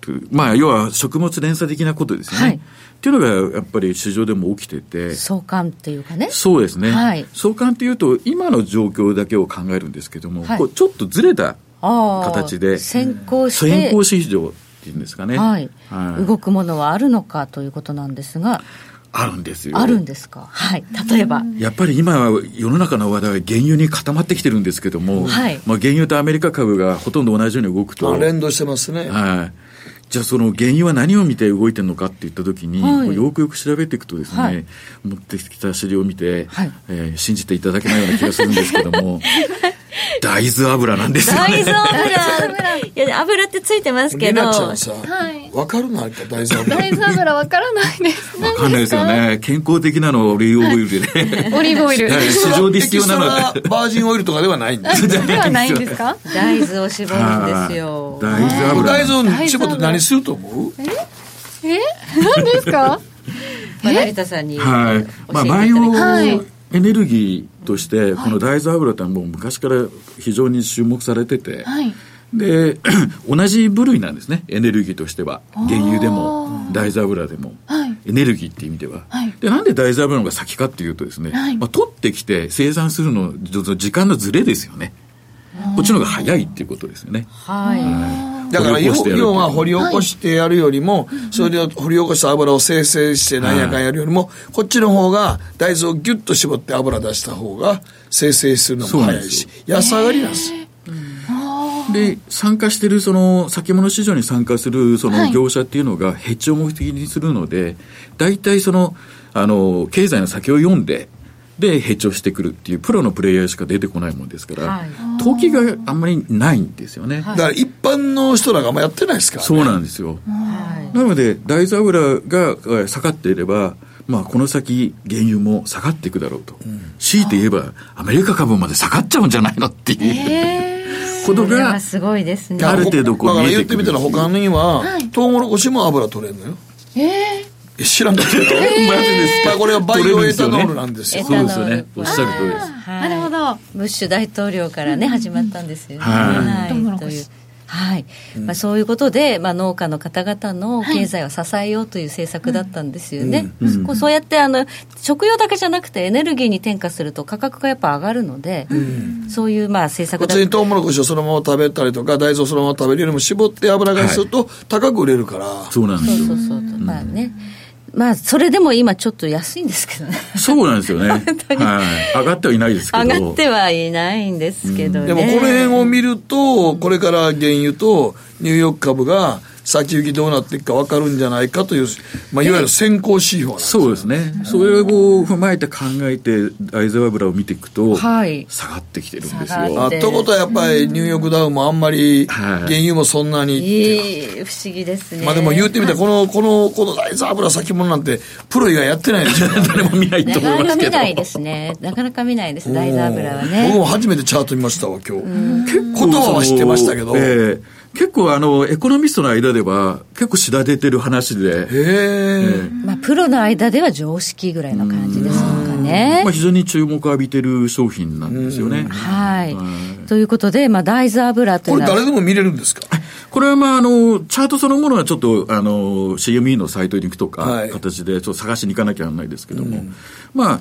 Speaker 4: く、まあ、要は食物連鎖的なことですね。
Speaker 3: はい
Speaker 4: っていうのが、やっぱり市場でも起きてて、
Speaker 3: 相関っていうかね。
Speaker 4: そうですね。
Speaker 3: はい
Speaker 4: 相関っていうと、今の状況だけを考えるんですけども、
Speaker 3: はい
Speaker 4: こうちょっとずれた
Speaker 3: あー
Speaker 4: 形で、
Speaker 3: 先行して。
Speaker 4: 先行市場っていうんですかね。
Speaker 3: はい。
Speaker 4: はい
Speaker 3: 動くものはあるのかということなんですが、
Speaker 4: あるんですよ。
Speaker 3: あるんですか。はい。例えば。
Speaker 4: やっぱり今、世の中の話題は原油に固まってきてるんですけども、
Speaker 3: はい
Speaker 4: まあ、原油とアメリカ株がほとんど同じように動くと、
Speaker 2: あ
Speaker 4: はい、
Speaker 2: 連動してますね、
Speaker 4: じゃあ、その原油は何を見て動いてるのかって言ったときに、
Speaker 2: はい
Speaker 4: こうよくよく調べていくとですね、
Speaker 2: はい
Speaker 4: 持ってきた資料を見て、えー信じていただけないような気がするんですけど も、大豆油なんですよ
Speaker 3: 大
Speaker 4: ね。
Speaker 3: 豆油。いや、油ってついてますけ
Speaker 2: り
Speaker 3: ど。
Speaker 2: なちゃんさ
Speaker 5: はい。
Speaker 2: わかるのあれか大豆油
Speaker 5: 大豆油わからないです。
Speaker 4: わかんないですよね。健康的なのはオリーブオイルでね。
Speaker 5: オリーブオイル
Speaker 4: はい市場で必要なのは
Speaker 2: エキストラバージンオイルとかではないん です。
Speaker 5: ではないんですか
Speaker 3: 大豆を絞るんですよ。
Speaker 4: 大豆油。
Speaker 2: 大豆を絞って何すると思う
Speaker 5: え何ですか
Speaker 3: まあ成田さんに。
Speaker 4: はい。まあ、
Speaker 3: 教
Speaker 4: バ
Speaker 3: えていた
Speaker 4: イ
Speaker 3: だきます
Speaker 5: はい
Speaker 4: オエネルギーとして、この大豆油ってのはもう昔から非常に注目されてて、
Speaker 5: はい。
Speaker 4: で、 同じ部類なんですね。エネルギーとしては。原油でも、大豆油でも。
Speaker 5: はい。
Speaker 4: エネルギーっていう意味では。
Speaker 5: はい。
Speaker 4: で、なんで大豆油の方が先かっていうとですね、
Speaker 5: はい
Speaker 4: まあ、取ってきて生産するの、時間のズレですよね。こっちの方が早いっていうことですよね。
Speaker 2: だから
Speaker 4: 掘り起
Speaker 2: 要
Speaker 4: こしてやる
Speaker 2: 要は掘り起こしてやるよりも、それで掘り起こした油を生成してなんやかんやるよりも、こっちの方が大豆をギュッと絞って油出した方が生成するのも早いし
Speaker 4: そうなんです、
Speaker 2: 安上がりなんです。
Speaker 4: で参加してるその先物市場に参加するそ
Speaker 5: は
Speaker 4: の
Speaker 5: い
Speaker 4: 業者っていうのがヘッジを目的にするので、大体そのあの経済の先を読んででヘッジをしてくるっていうプロのプレイヤーしか出てこないもんですから、投機があんまりないんですよね、
Speaker 2: だから一般の人らがあんまやってないですからね。
Speaker 4: そうなんですよ、なので大豆油がえー下がっていればまあこの先原油も下がっていくだろうと、強いて言えばアメリカ株まで下がっちゃうんじゃないのっていう、こと
Speaker 3: それ
Speaker 4: が
Speaker 3: はすごいですね。
Speaker 4: ある程度こ
Speaker 2: だ
Speaker 4: う
Speaker 2: から
Speaker 4: 見え
Speaker 2: 言
Speaker 4: て
Speaker 2: っ
Speaker 4: く
Speaker 2: て
Speaker 4: る
Speaker 2: みたら他には、トウモロコシも油取れるのよ。
Speaker 5: え
Speaker 2: え知らんか った。
Speaker 4: マジです
Speaker 2: まあこれはバイオエタノールなんです
Speaker 3: エ
Speaker 2: よ。
Speaker 3: タノール
Speaker 4: そうですよねおっしゃる通りです
Speaker 3: なるほど。ブッシュ大統領からね、始まったんですよね。
Speaker 4: はい
Speaker 5: トウモロ
Speaker 3: と
Speaker 5: コ
Speaker 3: いう
Speaker 5: シ。
Speaker 3: はい。まあそういうことで、まあ農家の方々の経済を支えようという政策だったんですよね。
Speaker 4: うん
Speaker 3: そこそうやって、あの、食用だけじゃなくてエネルギーに転嫁すると価格がやっぱ上がるので、そういうまあ政策
Speaker 2: 普
Speaker 3: だ
Speaker 2: 通にトウモロコシをそのまま食べたりとか、大豆をそのまま食べるよりも絞って油がすると高く売れるから。
Speaker 4: そうなんですよ
Speaker 3: そうそうそう。まあね。まあそれでも今ちょっと安いんですけどね。
Speaker 4: そうな んですよね。はい。上がってはいないですけど。
Speaker 3: 上がってはいないんですけどね。
Speaker 2: でもこの辺を見ると、これから原油とニューヨーク株が先行きどうなっていくか分かるんじゃないかという、まあ、いわゆる先行指標なんです。
Speaker 4: そうですね。それを踏まえて考えて、大豆油を見ていくと、
Speaker 3: はい。
Speaker 4: 下がってきてるんです
Speaker 3: 下
Speaker 4: よ。
Speaker 3: が
Speaker 2: あ
Speaker 3: って
Speaker 2: ということはやっぱりニューヨークダウンもあんまり
Speaker 4: はい
Speaker 2: 原油もそんなにっていうか
Speaker 3: いい、不思議ですね。
Speaker 2: まあでも言うてみたら、この、この、この大豆油先物なんて、プロ以外やってないで しょ。
Speaker 4: 誰も見ない
Speaker 3: な
Speaker 4: と思
Speaker 3: か
Speaker 4: い
Speaker 3: な
Speaker 4: ま
Speaker 3: か
Speaker 4: すけ
Speaker 3: 見
Speaker 4: ど。
Speaker 3: ないですね。なかなか見ないです。大豆油は
Speaker 2: 僕
Speaker 3: ね。
Speaker 2: も初めてチャート見ましたわ、今日。
Speaker 4: 結
Speaker 2: 構言葉は知ってましたけど
Speaker 4: ええ結構あの、エコノミストの間では、結構知られてる話で、
Speaker 2: へえ。
Speaker 3: まあ、プロの間では常識ぐらいの感じですかね。ね。
Speaker 4: まあ、非常に注目を浴びてる商品なんですよね。
Speaker 3: はい。ということで、まあ、大豆油というのは。
Speaker 4: も見れるんですかこれは、まあ、あの、チャートそのものはちょっと、あの、CME のサイトに行くとか、形で、ちょっと探しに行かなきゃならないですけども、まあ、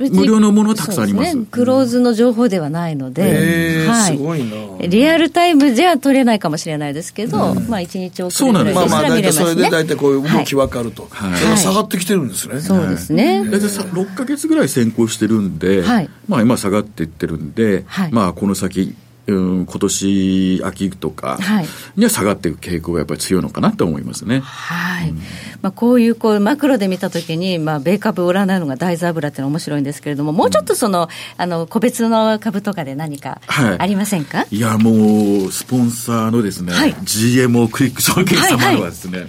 Speaker 3: 別に
Speaker 4: 無料のものはたくさんありま
Speaker 3: そ
Speaker 4: す
Speaker 3: うでね。クローズの情報ではないので、はい。
Speaker 2: いな。
Speaker 3: リアルタイムじゃ取れないかもしれないですけど、まあ一日遅れぐらい
Speaker 2: まあまあ、
Speaker 3: したら
Speaker 2: 大
Speaker 3: 見れ
Speaker 2: 体
Speaker 3: ます
Speaker 2: そ
Speaker 3: ね。
Speaker 2: れで大体こういう動き分かると。それが下がってきてるんですね。
Speaker 3: そうですね。
Speaker 4: 大体さ6か月ぐらい先行してるんで、
Speaker 3: はい
Speaker 4: まあ、今下がっていってるんで、まあ、この先、うん、今年秋とか
Speaker 3: はい
Speaker 4: には下がっていく傾向がやっぱり強いのかなと思いますね。
Speaker 3: はい。まあこういうこうマクロで見たときに、まあ米株を占うのが大豆油っていうのは面白いんですけれども、もうちょっとその、あの、個別の株とかで何か
Speaker 4: はい
Speaker 3: ありませんか、
Speaker 4: いや、もう、スポンサーのですね、GMO クイック証券様のはですね、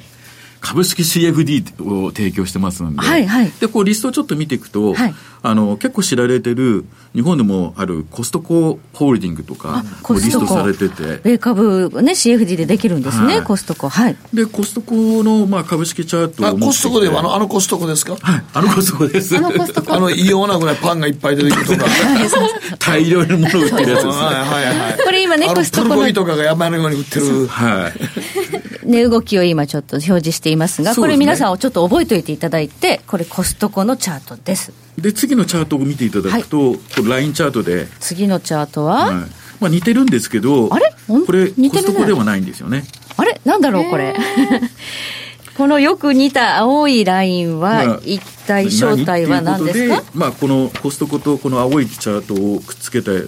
Speaker 4: 株式 CFD を提供してますので、
Speaker 3: はいはい
Speaker 4: で、こう、リストをちょっと見ていくと、あの、結構知られてる、日本でもあるコストコホールディングとか、こう
Speaker 3: コス
Speaker 4: リス
Speaker 3: トコ
Speaker 4: トされてて、
Speaker 3: 米株ね、CFD でできるんですね、
Speaker 4: はい
Speaker 3: コストコ。はい。
Speaker 4: で、コストコの、まあ、株式チャートを持ってきて、
Speaker 2: コストコではあの、あのコストコですかはい
Speaker 4: あのコストコです。
Speaker 2: あのコストコ。あの異様なぐらいパンがいっぱい出てくるとか。
Speaker 4: 大量のものを売ってるやつですね
Speaker 2: はいはいはい。
Speaker 3: これ今ね
Speaker 2: あの
Speaker 3: コストコ
Speaker 2: プ
Speaker 3: の
Speaker 2: ルコギとかが山のように売ってる。
Speaker 4: はい。
Speaker 3: 値動きを今ちょっと表示していますが、
Speaker 4: そう
Speaker 3: こ
Speaker 4: で
Speaker 3: れ
Speaker 4: すね
Speaker 3: 皆さんをちょっと覚えておいていただいて、これコストコのチャートです。
Speaker 4: で、次のチャートを見ていただくと、これラインチャートで、
Speaker 3: 次のチャートは、
Speaker 4: はいまあ、似てるんですけど、あれこれ、コストコではないんですよね。
Speaker 3: あれなんだろうこれ。 このよく似た青いライン
Speaker 4: ま
Speaker 3: は
Speaker 4: あ
Speaker 3: 一体正体は何です
Speaker 4: 何
Speaker 3: か
Speaker 4: っていうことまあ、このコストコとこの青いチャートをくっつけたチ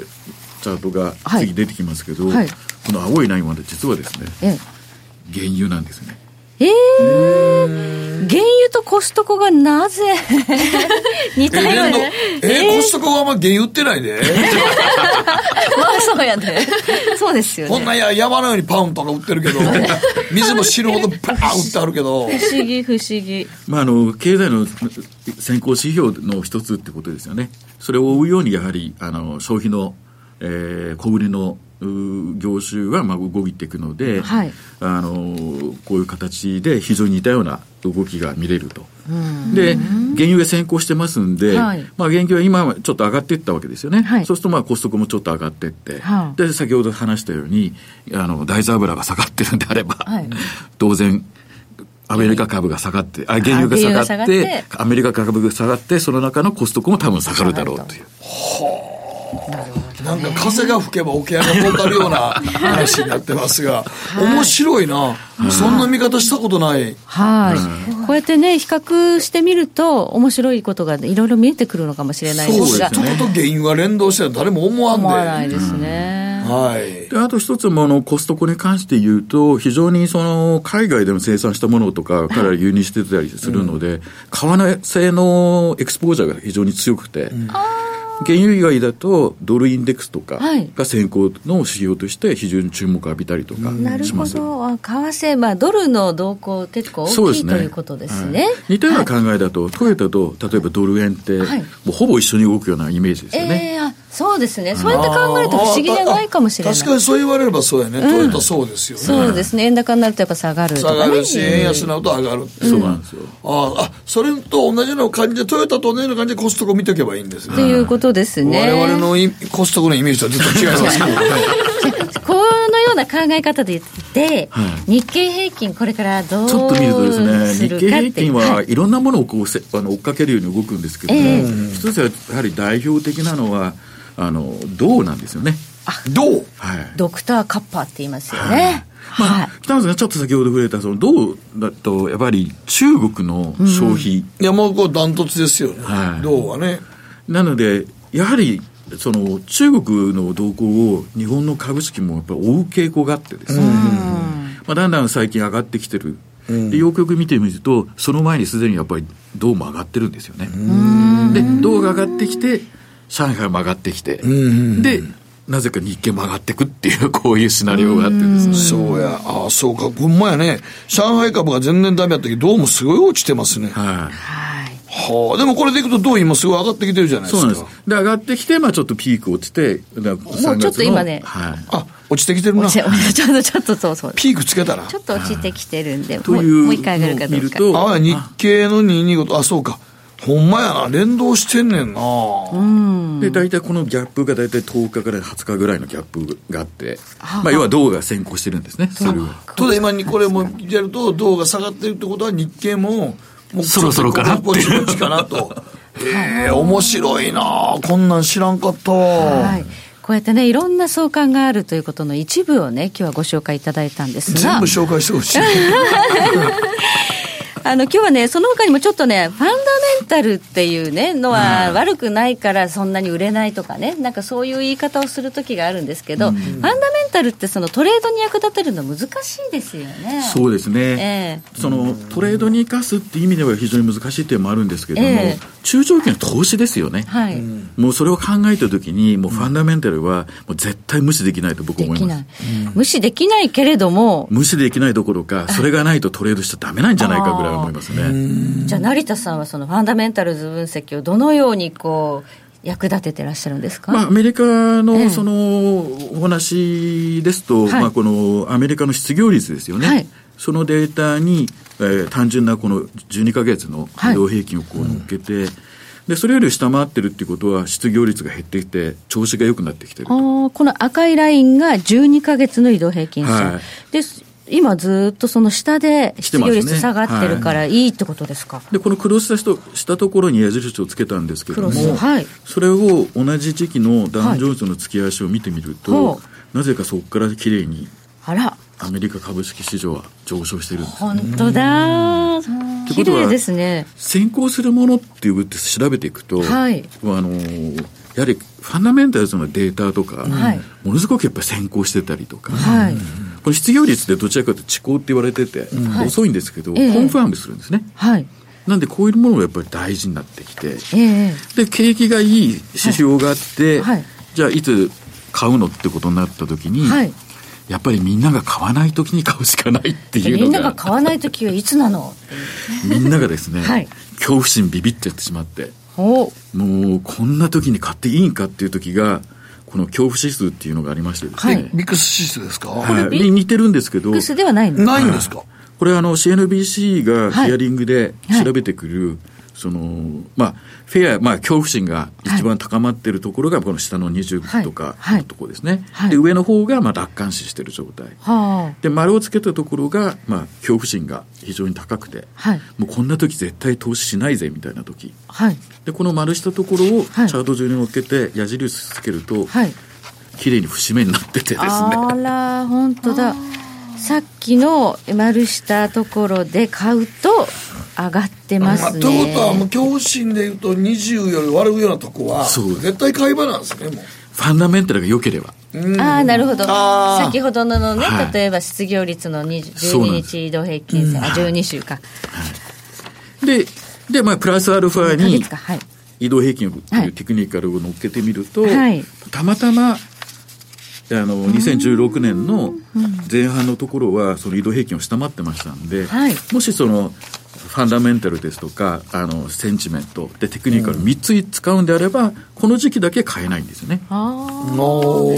Speaker 4: ャートが
Speaker 3: はい
Speaker 4: 次出てきますけど、
Speaker 3: はい
Speaker 4: この青いラインは実はですね、
Speaker 3: え
Speaker 4: 原油なんですね。
Speaker 3: えー、原油とコストコがなぜ 似たような
Speaker 2: えーコストコはあんま原油売ってない で。
Speaker 3: まあそうやねそうですよね
Speaker 2: こんなや山のようにパンとか売ってるけ ど、水も死ぬほどバーン売ってあるけど。
Speaker 3: 不思議不思議
Speaker 4: まあ、あの経済の先行指標の一つってことですよね、それを追うようにやはりあの消費の、えー小売りのうー業種はまあ動いていくので、
Speaker 3: はい
Speaker 4: あの、こういう形で非常に似たような動きが見れると。
Speaker 3: うん
Speaker 4: で、原油が先行してますんで、
Speaker 3: はい
Speaker 4: まあ原油は今はちょっと上がっていったわけですよね。そうするとまあコストコもちょっと上がっていって、
Speaker 3: は
Speaker 4: で、先ほど話したように、あの、大豆油が下がってるんであれば、
Speaker 3: はい
Speaker 4: 当然、アメリカ株が下がって、あ、原油が下が
Speaker 3: 原油が
Speaker 4: って、
Speaker 3: 下がって
Speaker 4: アメリカ株が下がって、その中のコストコも多分下がるだろうという。
Speaker 2: なんか風が吹けば桶屋が儲かるような話になってますが、面白いな。そんな見方したことない。
Speaker 3: はい、こうやってね比較してみると面白いことがいろいろ見えてくるのかもしれないですが
Speaker 2: コストコと原油が連動してるの誰も思わんで。
Speaker 3: 思わないですね、
Speaker 2: はい。
Speaker 4: であと一つもあのコストコに関して言うと、非常にその海外でも生産したものとかから輸入してたりするので、為替製のエクスポージャーが非常に強くて、原油以外だとドルインデックスとか
Speaker 3: はい
Speaker 4: が先行の指標として非常に注目を浴びたりとか
Speaker 3: なる
Speaker 4: し
Speaker 3: ほ
Speaker 4: ます。
Speaker 3: ど、あ為替、まあ、ドルの動向、結構
Speaker 4: そう
Speaker 3: 大
Speaker 4: で
Speaker 3: きい、
Speaker 4: すね
Speaker 3: ということですね。
Speaker 4: 似たような考えだと、トヨタと例えばドル円って、
Speaker 3: はい
Speaker 4: もうほぼ一緒に動くようなイメージですよね。
Speaker 3: ええあそうですね、そうやって考えると不思議じゃないかもしれない。
Speaker 2: 確かにそう言われればそうやね。
Speaker 3: う
Speaker 2: ト
Speaker 3: ん
Speaker 2: ヨタそうですよね。
Speaker 3: そうですね、円高になるとやっぱ下がるとか、
Speaker 2: 下
Speaker 3: ね、
Speaker 2: がるし、円安になると上がるってい
Speaker 4: そうなんですよ。
Speaker 2: ああ、それと同じような感じで、トヨタと同じような感じでコストコ見ておけばいいんですね。
Speaker 3: っていうことですね。
Speaker 2: 我々のイコストコのイメージとはずっと違いますけどね。
Speaker 3: このような考え方で言って、日経平均これからどう
Speaker 4: ちょっと見るとです
Speaker 3: す
Speaker 4: ね、
Speaker 3: る
Speaker 4: 日
Speaker 3: か
Speaker 4: 経
Speaker 3: って
Speaker 4: 平均はいろんなものをこうせ あの追っかけるように動くんですけども、
Speaker 3: ええ
Speaker 4: 一つはやはり代表的なのは、あの、銅なんですよね。
Speaker 2: 銅
Speaker 4: はい。
Speaker 3: ドクターカッパーって言いますよね。はい。
Speaker 4: 北野さんがちょっと先ほど触れた、その銅だと、やっぱり中国の消費。い
Speaker 2: や、もうこうダントツですよね。銅はね。
Speaker 4: なので、やはり、その中国の動向を日本の株式もやっぱり追う傾向があってですね、まあ、だんだん最近上がってきてる、でよくよく見てみるとその前にすでにやっぱり銅も上がってるんですよねで銅が上がってきて上海も上がってきて、でなぜか日経も上がってくっていうこういうシナリオがあってですね
Speaker 2: そうや、ああ、そうか、ほんまやね。上海株が全然ダメやったけど、どうもすごい落ちてますね。
Speaker 4: はい。
Speaker 2: はあ、でもこれでいくと、どう今すごい上がってきてるじゃないです
Speaker 4: そう
Speaker 2: か。
Speaker 4: なんですで上がってきて、まあ、ちょっとピーク落ちても
Speaker 3: もうちょっと今ね
Speaker 4: はい、
Speaker 2: あ落ちてきてるな
Speaker 3: ちょちょっとちょっとそうそう。
Speaker 2: ピークつけたら
Speaker 3: ちょっと落ちてきてるんで、
Speaker 2: と
Speaker 3: も
Speaker 2: いうう
Speaker 3: もう一回上がるかどうか。
Speaker 2: ああ、日経の225と、あ、そうか。ほんまやな連動してんねんな
Speaker 4: で大体このギャップが大体10日から20日ぐらいのギャップがあってまあ要は銅が先行してるんですねそれは
Speaker 2: ただ今にこれもやると銅が下がってるってことは日経ももう
Speaker 4: そろそろかなって
Speaker 2: ぼちぼちかなとへえ面白いなこんなん知らんかったわ
Speaker 3: はいこうやってねいろんな相関があるということの一部をね今日はご紹介いただいたんですが
Speaker 2: 全部紹介してほ しい
Speaker 3: あの今日はね、その他にもちょっとね、ファンダメンタルっていうね、のは悪くないからそんなに売れないとかね、なんかそういう言い方をする時があるんですけど、ファンダメンタルってそのトレードに役立てるの難しいですよね。
Speaker 4: そうですね、
Speaker 3: ええ
Speaker 4: そのトレードに生かすっていう意味では非常に難しい点もあるんですけれども、
Speaker 3: ええ
Speaker 4: 中長期の投資ですよね、
Speaker 3: はい。
Speaker 4: もうそれを考えたときに、もうファンダメンタルはもう絶対無視できないと僕は思
Speaker 3: で
Speaker 4: い
Speaker 3: き
Speaker 4: ま
Speaker 3: な
Speaker 4: す
Speaker 3: い。。無視できないけれども、
Speaker 4: 無視できないどころか、それがないとトレードしちゃダメなんじゃないかぐらい思いますね。
Speaker 3: じゃあ成田さんはそのファンダメンタルズ分析をどのようにこう、役立ててらっしゃるんですか、
Speaker 4: まあ、アメリカ
Speaker 3: ええ
Speaker 4: のそのお話ですと、
Speaker 3: はい
Speaker 4: まあ、このアメリカの失業率ですよね、
Speaker 3: はい
Speaker 4: そのデータに、えー単純なこの12か月の
Speaker 3: はい
Speaker 4: 移動平均をこう乗っけて、でそれより下回ってるっていうことは失業率が減ってきて調子が良くなってきてる
Speaker 3: あーこの赤いラインが12か月の移動平均線、
Speaker 4: はい
Speaker 3: です今ずっとその下で
Speaker 4: 来て
Speaker 3: 失
Speaker 4: ま
Speaker 3: 業
Speaker 4: すね
Speaker 3: 率下がってるからいいってことですか、
Speaker 4: でこのクロスした人したところに矢印をつけたんですけ
Speaker 3: ク
Speaker 4: ど
Speaker 3: ロ
Speaker 4: も
Speaker 3: スはい
Speaker 4: それを同じ時期のダウン・ジョーンズの付き足を見てみると、
Speaker 3: ほ
Speaker 4: なぜかそこからきれいに
Speaker 3: あら
Speaker 4: アメリカ株式市場は上昇してるんです
Speaker 3: 本当だー
Speaker 4: て
Speaker 3: 綺
Speaker 4: ことは
Speaker 3: 麗ですね
Speaker 4: 先行するものっていうって調べていくと、
Speaker 3: はい
Speaker 4: まああのーやはりファンダメンタルズのデータとか、
Speaker 3: はい
Speaker 4: ものすごくやっぱ先行してたりとか、
Speaker 3: はい
Speaker 4: これ失業率ってどちらかというと遅行って言われてて、
Speaker 3: はい
Speaker 4: 遅いんですけど、
Speaker 3: ええ
Speaker 4: コンファームするんですね。
Speaker 3: はい
Speaker 4: なんでこういうものがやっぱり大事になってきて、
Speaker 3: ええ
Speaker 4: で景気がいい指標があって、
Speaker 3: はいはい
Speaker 4: じゃあいつ買うのってことになった時に、
Speaker 3: はい
Speaker 4: やっぱりみんなが買わない時に買うしかないって
Speaker 3: で
Speaker 4: いう
Speaker 3: みん
Speaker 4: の
Speaker 3: なが
Speaker 4: が
Speaker 3: 買わない時はいつなの
Speaker 4: みんながですね、
Speaker 3: はい
Speaker 4: 恐怖心ビビっちゃってしまって
Speaker 3: おう
Speaker 4: もうこんな時に買っていいんかっていう時がこの恐怖指数っていうのがありましてですね、
Speaker 3: はい
Speaker 2: ミックス指数ですか
Speaker 4: はいに似てるんですけど
Speaker 3: クスではないの
Speaker 2: ないんですか
Speaker 4: これあの CNBC が
Speaker 3: はい
Speaker 4: ヒアリングで
Speaker 3: はい
Speaker 4: 調べてくる、そのまあフェア、まあ、恐怖心が一番高まってるところがこの下の
Speaker 3: はい
Speaker 4: 20とか
Speaker 3: はい
Speaker 4: のところですね、
Speaker 3: はい
Speaker 4: で上の方がまあ楽観視してる状態
Speaker 3: は
Speaker 4: で丸をつけたところが、まあ、恐怖心が非常に高くて
Speaker 3: あはい
Speaker 4: もうこんな時絶対投資しないぜみたいな時
Speaker 3: はい
Speaker 4: でこの丸したところをチ
Speaker 3: は
Speaker 4: ャ
Speaker 3: い
Speaker 4: ート上に乗っけて矢印つけると、
Speaker 3: はい
Speaker 4: 綺麗に節目になっててですね
Speaker 3: あら本当ださっきの丸したところで買うと上がってますね、
Speaker 2: ということはもう強心でいうと20より悪いようなとこは
Speaker 4: そう
Speaker 2: 絶対買い場なんですねも
Speaker 4: ファンダメンタルが良ければ
Speaker 2: ううん
Speaker 3: ああなるほど
Speaker 2: あー
Speaker 3: 先ほどののね、
Speaker 4: はい
Speaker 3: 例えば失業率の20
Speaker 4: そう
Speaker 3: 12
Speaker 4: なんです
Speaker 3: 日移動平均線、あ12週か
Speaker 4: でで、まあ、プラスアルファ
Speaker 3: 1ヶ
Speaker 4: に
Speaker 3: 月かはい
Speaker 4: 移動平均をって
Speaker 3: はいいう
Speaker 4: テクニカルを乗っけてみると、
Speaker 3: はい
Speaker 4: たまたまあの2016年の前半のところはその移動平均を下回ってましたんで、
Speaker 3: はい
Speaker 4: もしそのファンダメンタルですとかあのセンチメントでテクニカル3つ使うんであれば、この時期だけ買えないんですよね
Speaker 3: ああ
Speaker 4: そ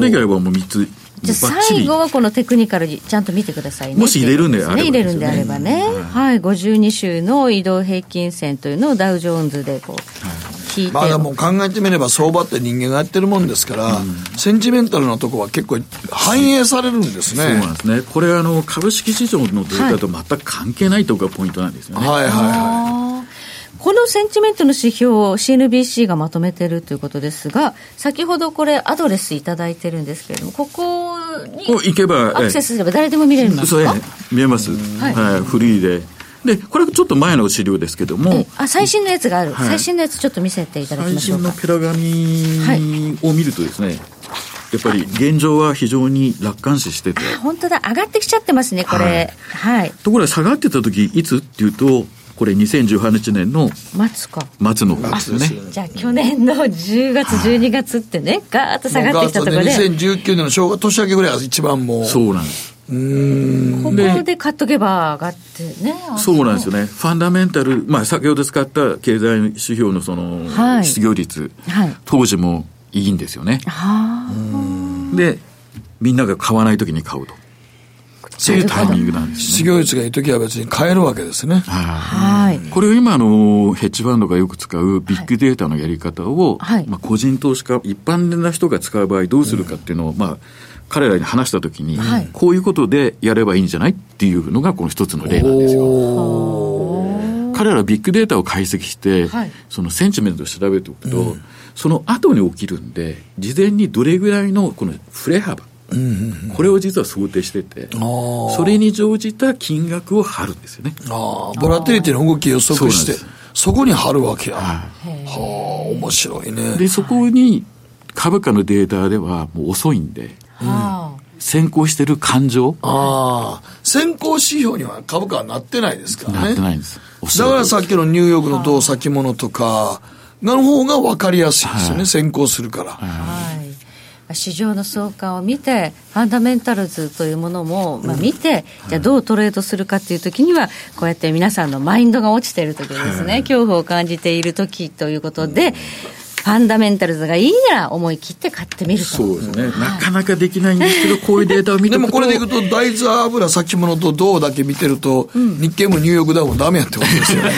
Speaker 4: れ以外はもう3つ
Speaker 3: じゃあ
Speaker 4: もうバッチリ
Speaker 3: 最後はこのテクニカルにちゃんと見てくださいね
Speaker 4: もし入れるんであれば
Speaker 3: ね入れるんであればねはい、52週の移動平均線というのをダウジョーンズでこう引いて、
Speaker 2: まあでも考えてみれば相場って人間がやってるもんですから、センチメンタルなとこは結構反映されるんですね
Speaker 4: そうなんですね。これあの株式市場のデータと全く関係ないとこがポイントなんですよね。
Speaker 2: はいはいは
Speaker 3: あーこのセンチメントの指標を CNBC がまとめてるということですが、先ほどこれ、アドレスいただいてるんですけれども、ここに
Speaker 4: こう行けば、
Speaker 3: アクセスすれば誰でも見れるんです
Speaker 4: そう
Speaker 3: か、
Speaker 4: やね見えます。
Speaker 3: はい
Speaker 4: はい、フリーで。で、これちょっと前の資料ですけど
Speaker 3: え
Speaker 4: も、
Speaker 3: あ最新のやつがある、
Speaker 4: はい
Speaker 3: 最新のやつちょっと見せていただき
Speaker 4: 最
Speaker 3: ましょ
Speaker 4: 新
Speaker 3: う
Speaker 4: の
Speaker 3: か。
Speaker 4: ペラ紙を見るとですね、やっぱり現状は非常に楽観視してて、
Speaker 3: あ本当だ、上がってきちゃってますね、これ。はい。
Speaker 4: ところが下がってた時いつっていうと、これ2018年の
Speaker 3: 待つか。
Speaker 4: 末の方ですよね。
Speaker 3: じゃあ去年の10月、12月ってね、ガーッと
Speaker 2: い
Speaker 3: 下がってきたところ
Speaker 2: もう
Speaker 3: で、
Speaker 2: ガーッとね2019年の正月年明けぐらいが一番もう
Speaker 4: そうなんです。
Speaker 3: ここで買っとけば上がってね。
Speaker 4: そうなんですよね。ファンダメンタル、まあ先ほど使った経済指標のその、
Speaker 3: はい
Speaker 4: 失業率、
Speaker 3: はい
Speaker 4: 当時もいいんですよね。
Speaker 3: ああ。
Speaker 4: で、みんなが買わない時に買うと。そういうタイミングなんですね。
Speaker 2: 失業率がいい時は別に変えるわけですね。
Speaker 4: はい。これを今、あの、ヘッジファンドがよく使うビッグデータのやり方を、はい、まあ、個人投資家、一般な人が使う場合どうするかっていうのを、うん、まあ、彼らに話したときに、はい、こういうことでやればいいんじゃないっていうのがこの一つの例なんですよ。彼らビッグデータを解析して、はい、そのセンチメントを調べておくと、うん、その後に起きるんで、事前にどれぐらいのこの振れ幅、うんうんうん、これを実は想定してて、それに乗じた金額を貼るんですよね。
Speaker 2: あボラテリティの動きを予測して、そこに貼るわけや。はあ、面白いね。
Speaker 4: で、そこに株価のデータではもう遅いんで、はい、先行してる感情。
Speaker 2: ああ、先行指標には株価はなってないですからね。
Speaker 4: なってないんです。
Speaker 2: だからさっきのニューヨークのどう先物とか、の方が分かりやすいですよね、はい、先行するから。はい
Speaker 3: 市場の相関を見て、ファンダメンタルズというものも、まあ、見て、じゃあどうトレードするかっていうときには、こうやって皆さんのマインドが落ちているときですね、恐怖を感じているときということで、ファンダメンタルズがいいなら思い切って買ってみると
Speaker 4: そうですね、なかなかできないんですけど、こういうデータを見て
Speaker 2: でもこれでいくと、大豆油先物と銅だけ見てると、うん、日経もニューヨークダウンもだめやってこと ですよね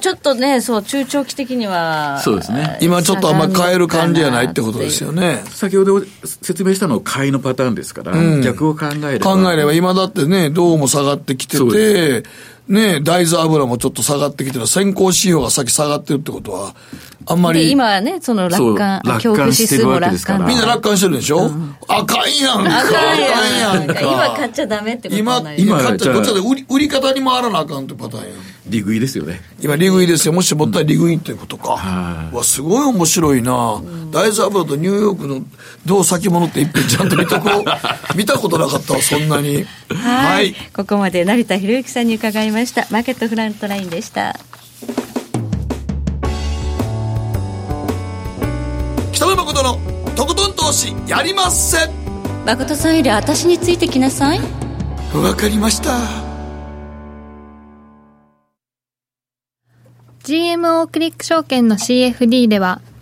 Speaker 3: ちょっとね、そう、中長期的には、
Speaker 4: そうですね、
Speaker 2: 今ちょっとあんまり買える感じじゃないってことですよね。
Speaker 4: 先ほど説明したのは買いのパターンですから、うん、逆を考えれば。
Speaker 2: 考えれば、今だってね、銅も下がってきてて、ね、大豆油もちょっと下がってきてる、先行指標が先下がってるってことは、あんまり。
Speaker 3: 今はね、その楽観、
Speaker 4: 恐怖指数も楽観。
Speaker 2: みんな楽観してるでしょ、うん、あかんやんか。
Speaker 3: あかんやんか。今買っちゃダメってこと
Speaker 2: 今、今買っちゃ、どっちかで売り売り方に回らなあかんってパターンやん。
Speaker 4: 利食いですよね。
Speaker 2: 今、利食いですよ。もしもったら利食いっていうことか。うん、わ、すごい面白いな、うん、大豆油とニューヨークの銅先物って一遍ちゃんと見たこ、 見たことなかったわ、そんなに。
Speaker 3: はい。ここまで成田博之さんに伺いました。マーケットフラントラインでした。
Speaker 2: 北野誠のとことん投資やりません
Speaker 3: 誠さんより私についてきなさい。
Speaker 2: わかりました。
Speaker 5: GMO クリック証券の CFD では、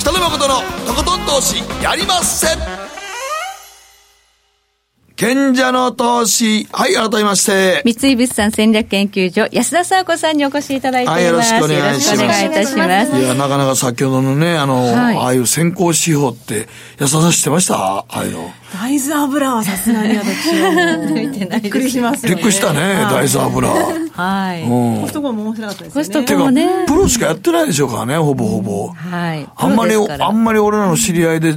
Speaker 2: 北野誠のとことん投資やりません賢者の投資。はい、改めまして。
Speaker 3: 三井物産戦略研究所、安田沙子さんにお越しいただいています。は
Speaker 2: よろし
Speaker 3: い、
Speaker 2: くお願いします。よろしくお願いいたします。いや、なかなか先ほどのね、あの、はい、ああいう先行指標って、安田さん知ってましたああいうの。
Speaker 12: 大豆油はさすがに私は 見てないびっくりします
Speaker 2: ね。びっくりしたね、はい、大豆油。
Speaker 12: はい。うん。コストコも面白かったですね。コスト
Speaker 2: コもね。プロしかやってないでしょうからね、ほぼほぼ。はい。あんまり、あんまり俺らの知り合いで、よ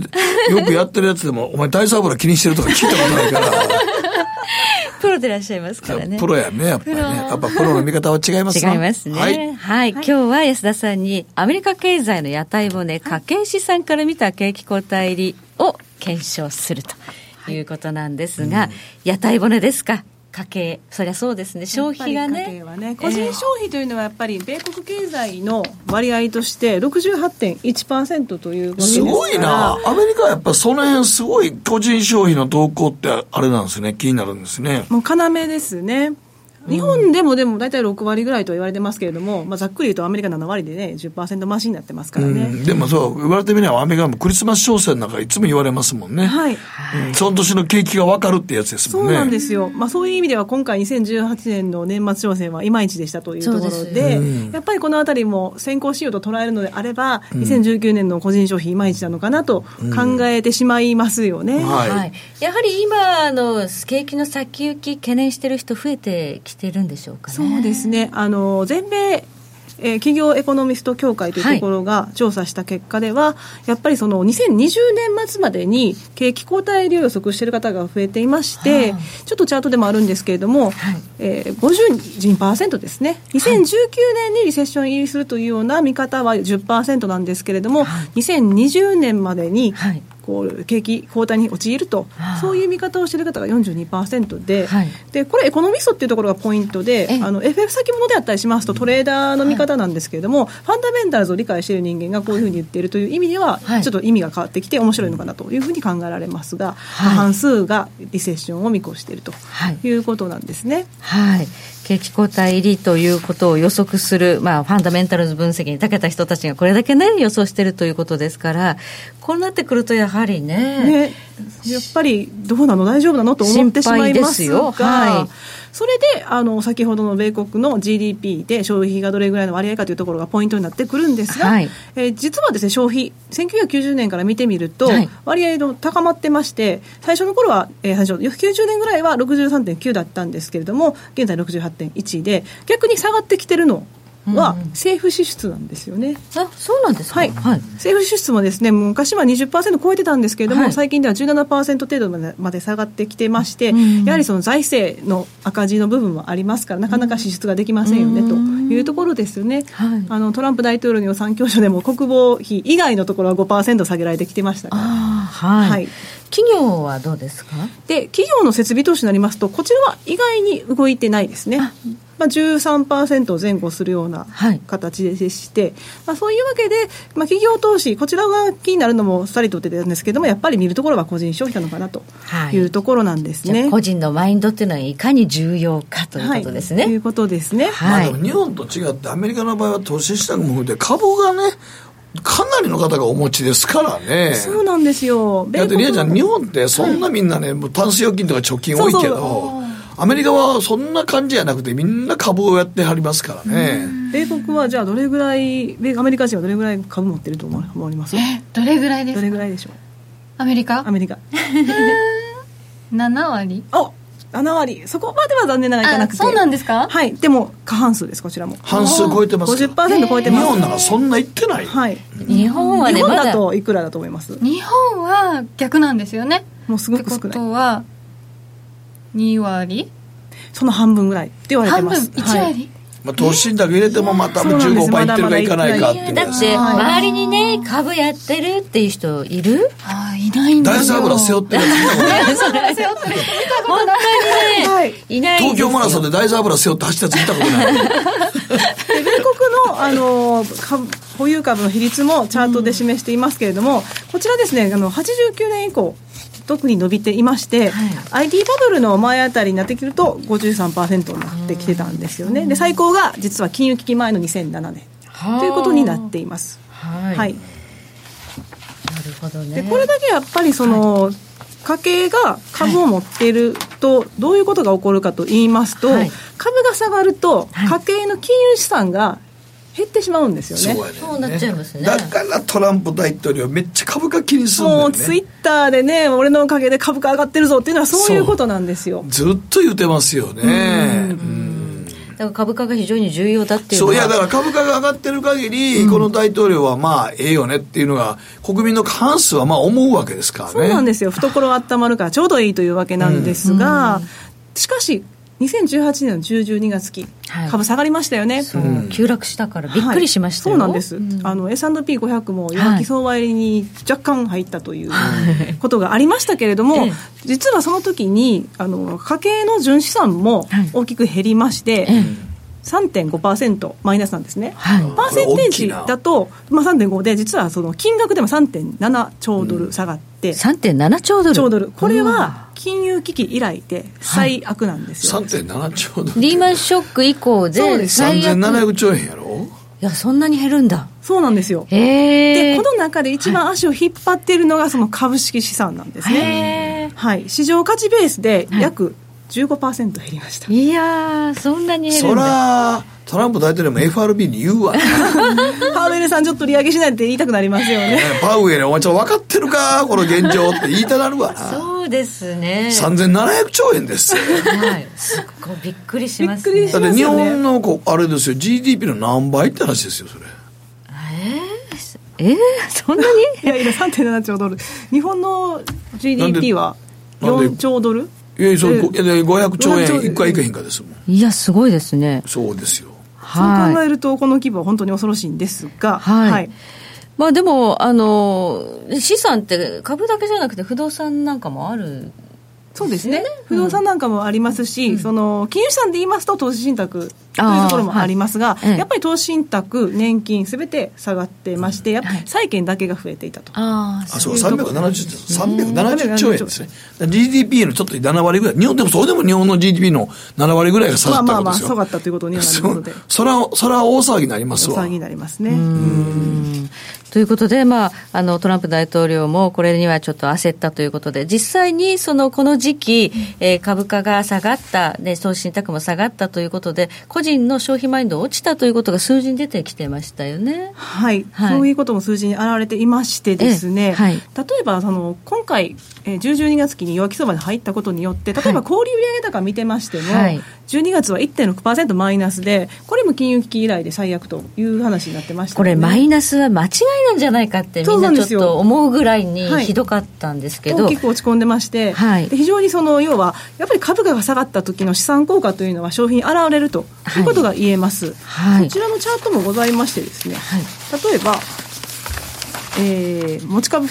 Speaker 2: くやってるやつでも、お前大豆油気にしてるとか聞いたことないから。
Speaker 3: プロでいらっしゃいますからね。
Speaker 2: プロやね、やっぱりね。やっぱプロの見方は違います
Speaker 3: ね。違いますね、はい。はい。今日は安田さんに、アメリカ経済の屋台骨、ね、家計資産から見た景気後退入りを検証するということなんですが、はいうん、屋台骨ですか家計そりゃそうですね消費がね、
Speaker 12: ね、個人消費というのはやっぱり米国経済の割合として68.1%という
Speaker 2: すごいなアメリカはやっぱその辺すごい個人消費の動向ってあれなんですね気になるんですね
Speaker 12: もう要ですね日本でもでも大体6割ぐらいとは言われてますけれども、まあ、ざっくり言うとアメリカ7割でね、10%増しになってますからね。
Speaker 2: うんでもそう、言われてみればアメリカもクリスマス商戦なんかいつも言われますもんね。
Speaker 12: はい
Speaker 2: うんその年の景気が分かるってやつです
Speaker 12: そ
Speaker 2: もん
Speaker 12: う
Speaker 2: ね。
Speaker 12: なんですよ、まあ、そういう意味では今回、2018年の年末商戦はいまいちでしたというところ
Speaker 2: そう
Speaker 12: で、
Speaker 2: ですよねうん
Speaker 12: やっぱりこのあたりも先行しようと捉えるのであれば、
Speaker 2: うん
Speaker 12: 2019年の個人消費、いまいちなのかなと考えてしまいますよね。
Speaker 3: はい、やはり今あの景気の先行き懸念してる人増えてきてるんでしょうかね
Speaker 12: そうですねあの全米えー企業エコノミスト協会というところが調査した結果では、やっぱりその2020年末までに景気後退量を予測している方が増えていまして、ちょっとチャートでもあるんですけれども、えー、52%ですね2019年にリセッション入りするというような見方は10%なんですけれども、2020年までに、こう景気後退に陥るとそういう見方をしている方が42%で,、でこれエコノミストっていうところがポイントであの FF 先物であったりしますとトレーダーの見方なんですけれども、ファンダメンタルズを理解している人間がこういうふうに言っているという意味では、ちょっと意味が変わってきて面白いのかなというふうに考えられますが、まあ半数がリセッションを見越しているということなんですね。
Speaker 3: はい、景気後退入りということを予測する、まあ、ファンダメンタルズ分析に長けた人たちがこれだけ、ね、予想してるということですからこうなってくるとやはりね
Speaker 12: ね、やっぱりどうなの大丈夫なのと思ってしまいますが
Speaker 3: 心配ですよはい
Speaker 12: それであの先ほどの米国の GDP で消費がどれぐらいの割合かというところがポイントになってくるんですが、
Speaker 3: はい
Speaker 12: えー実はですね消費1990年から見てみると
Speaker 3: はい
Speaker 12: 割合の高まってまして最初の頃は、えー、最初90年ぐらいは63.9だったんですけれども現在68.1で逆に下がってきてるのは政府支出なんですよね。
Speaker 3: あそうなんですか、
Speaker 12: はい政府支出もですね昔は20%超えてたんですけれども、
Speaker 3: はい
Speaker 12: 最近では17%程度までまで下がってきてまして、やはりその財政の赤字の部分もありますからなかなか支出ができませんよね、というところですよね、あのトランプ大統領の予算教書でも国防費以外のところは5%下げられてきてましたから。
Speaker 3: はい
Speaker 12: はい
Speaker 3: 企業はどうですか
Speaker 12: で企業の設備投資になりますとこちらは意外に動いてないですね。まあ、13%前後するような形でして、まあ、そういうわけで、まあ、企業投資、こちらが気になるのもさりとってたんですけども、やっぱり見るところは個人消費なのかなと
Speaker 3: はい
Speaker 12: いうところなんです
Speaker 3: じゃ
Speaker 12: ね。
Speaker 3: あ個人のマインドっていうのはいかに重要かということですね。
Speaker 12: ということですね。
Speaker 2: まあ、でも日本と違ってアメリカの場合は投資したも含めて株がねかなりの方がお持ちですからね
Speaker 12: そうなんですよ。
Speaker 2: だってリアちゃん日
Speaker 12: 米国の
Speaker 2: 本ってそんなみんなね、もうタンス預金とか貯金多いけど
Speaker 12: そうそ
Speaker 2: アメリカはそんな感じじゃなくてみんな株をやってはりますからね
Speaker 12: 米国はじゃあどれぐらい、米アメリカ人はどれぐらい株持ってると思わ思われます
Speaker 5: どれぐらいですか
Speaker 12: どれぐらいでしょう
Speaker 5: アメリカ
Speaker 12: アメリカ。
Speaker 5: 7割
Speaker 12: あ7割そこまでは残念ながらいかなくて
Speaker 5: あそうなんですか
Speaker 12: はいでも過半数ですこちらも
Speaker 2: 半数超えてますから
Speaker 12: 50%超えてます
Speaker 2: 日本ならそんな言ってない
Speaker 12: はい
Speaker 3: 日本はね
Speaker 12: 日本
Speaker 3: ま
Speaker 12: だ
Speaker 3: だ
Speaker 12: といくらだと思います
Speaker 5: 日本は逆なんですよね
Speaker 12: もうすごく少
Speaker 5: ってこ
Speaker 12: ない
Speaker 5: とは2割
Speaker 12: その半分ぐらいって言われて
Speaker 5: 半
Speaker 12: ま
Speaker 5: 分
Speaker 12: す
Speaker 5: 1割、
Speaker 12: はい
Speaker 2: まあ、投資だけ入れてもまた
Speaker 12: そうなんです
Speaker 2: 15倍いってるかいかないかっていう
Speaker 3: だって周りにね株やってるっていう人いる
Speaker 5: あいないん
Speaker 2: 大豆油背負ってるやつ見たことない
Speaker 3: 本当にね、い、ない
Speaker 2: 東京マラソンで大豆油背負って走ったやつ見たことない
Speaker 12: で米国の、あの株保有株の比率もチャートで示していますけれども、こちらですねあの89年以降特に伸びていまして、IT バブルの前あたりになってくると53%になってきてたんですよね、で最高が実は金融危機前の2007年ということになっています。
Speaker 3: は
Speaker 12: はい
Speaker 3: なるほどね
Speaker 12: でこれだけやっぱりその、家計が株を持っているとどういうことが起こるかと言いますと、
Speaker 3: はい
Speaker 12: 株が下がると家計の金融資産が減ってしまうんですよね。
Speaker 2: そうやね
Speaker 3: そうなっちゃいますね
Speaker 2: だからトランプ大統領めっちゃ株価気にするんだ
Speaker 12: も
Speaker 2: よ
Speaker 12: う
Speaker 2: ね
Speaker 12: ツイッターでね、俺のおかげで株価上がってるぞっていうのはそういうことなんですよ。
Speaker 2: ずっと言ってますよね
Speaker 3: だから株価が非常に重要だっていう
Speaker 2: そ
Speaker 3: のは
Speaker 2: ういやだから株価が上がってる限り、この大統領はまあええよねっていうのが国民の過半数はまあ思うわけですからね
Speaker 12: そうなんですよ。懐温まるからちょうどいいというわけなんですが、しかし、2018年の10、12月期、
Speaker 3: はい
Speaker 12: 株下がりましたよね。
Speaker 3: うん急落したからびっくりしましたよ、
Speaker 12: そうなんです、あの S&P500 も弱気相場入りに若干入ったということがありましたけれども、
Speaker 3: ええ
Speaker 12: 実はその時にあの家計の純資産も大きく減りまして、 3.5%マイナスなんですね、はい、パーセンテージだと、まあ、3.5で実はその金額でも3.7兆ドル下がって、うん、
Speaker 3: 3.7兆ドル
Speaker 12: 兆ドルこれは金融危機以来で最悪なんですよ、
Speaker 2: はい、3.7兆ド
Speaker 3: ルリーマンショック以降で
Speaker 2: 最悪3700兆円やろ
Speaker 3: いやそんなに減るんだ、
Speaker 12: そうなんですよでこの中で一番足を引っ張っているのがその株式資産なんですねはい市場価値ベースで約15%減りました 、はい
Speaker 3: いやそんなに減
Speaker 2: るんだトランプ大統領も FRB に言うわ
Speaker 12: パウエルさんちょっと利上げしないって言いたくなりますよね
Speaker 2: パウエルお前ちょっと分かってるかこの現状って言いたなるわな
Speaker 3: そうですね
Speaker 2: 3700兆円ですよ、
Speaker 3: はい、すごいびっくりします、
Speaker 2: ね、だって日本のこあれですよ GDP の何倍って話ですよそれ
Speaker 3: えー、えー、そんなに
Speaker 12: いやいや3.7兆ドル日本の GDP は4兆ドル
Speaker 2: いやそれ500兆円1回いかへんかですも
Speaker 3: んいやすごいですね
Speaker 2: そうですよ
Speaker 12: そう考えると、この規模は本当に恐ろしいんですが、はい、はい、
Speaker 3: まあ、でもあの、資産って株だけじゃなくて、不動産なんかもある。
Speaker 12: そうですね、ね、不動産なんかもありますし、うん、その金融資産で言いますと投資信託というところもありますが、はい、やっぱり投資信託年金すべて下がってまして、うん、やっぱり債券だけが増えていたと、
Speaker 2: ああそう370 370兆円ですね GDP のちょっと7割ぐらい日本でもそれでも日本の GDP の7割ぐらいが下がった
Speaker 12: まあまあま
Speaker 2: あ
Speaker 12: 下がったということにはなりますので
Speaker 2: それはそれは大騒ぎになりますわ
Speaker 12: 大騒ぎになりますね
Speaker 3: うんということで、まあ、あのトランプ大統領もこれにはちょっと焦ったということで、実際にそのこの時期、えー、株価が下がった、で投資信託も下がったということで、個人の消費マインド落ちたということが数字に出てきてましたよね、
Speaker 12: はい、はい、そういうことも数字に表れていましてですね、はい、例えばその今回、えー、10、12月期に弱気相場に入ったことによって、例えば小売売上高見てましても、はい、12月は1.6%マイナスで、これも金融危機以来で最悪という話になってました、ね、
Speaker 3: これ、マイナスは間違いなんじゃないかってみんなちょっと思うぐらいにひどかったんですけど、
Speaker 12: はい、結構落ち込んでまして、はい、非常にその要はやっぱり株価が下がった時の資産効果というのは消費に現れるということが言えます、はい、こちらのチャートもございましてですね、例えばえー、持ち株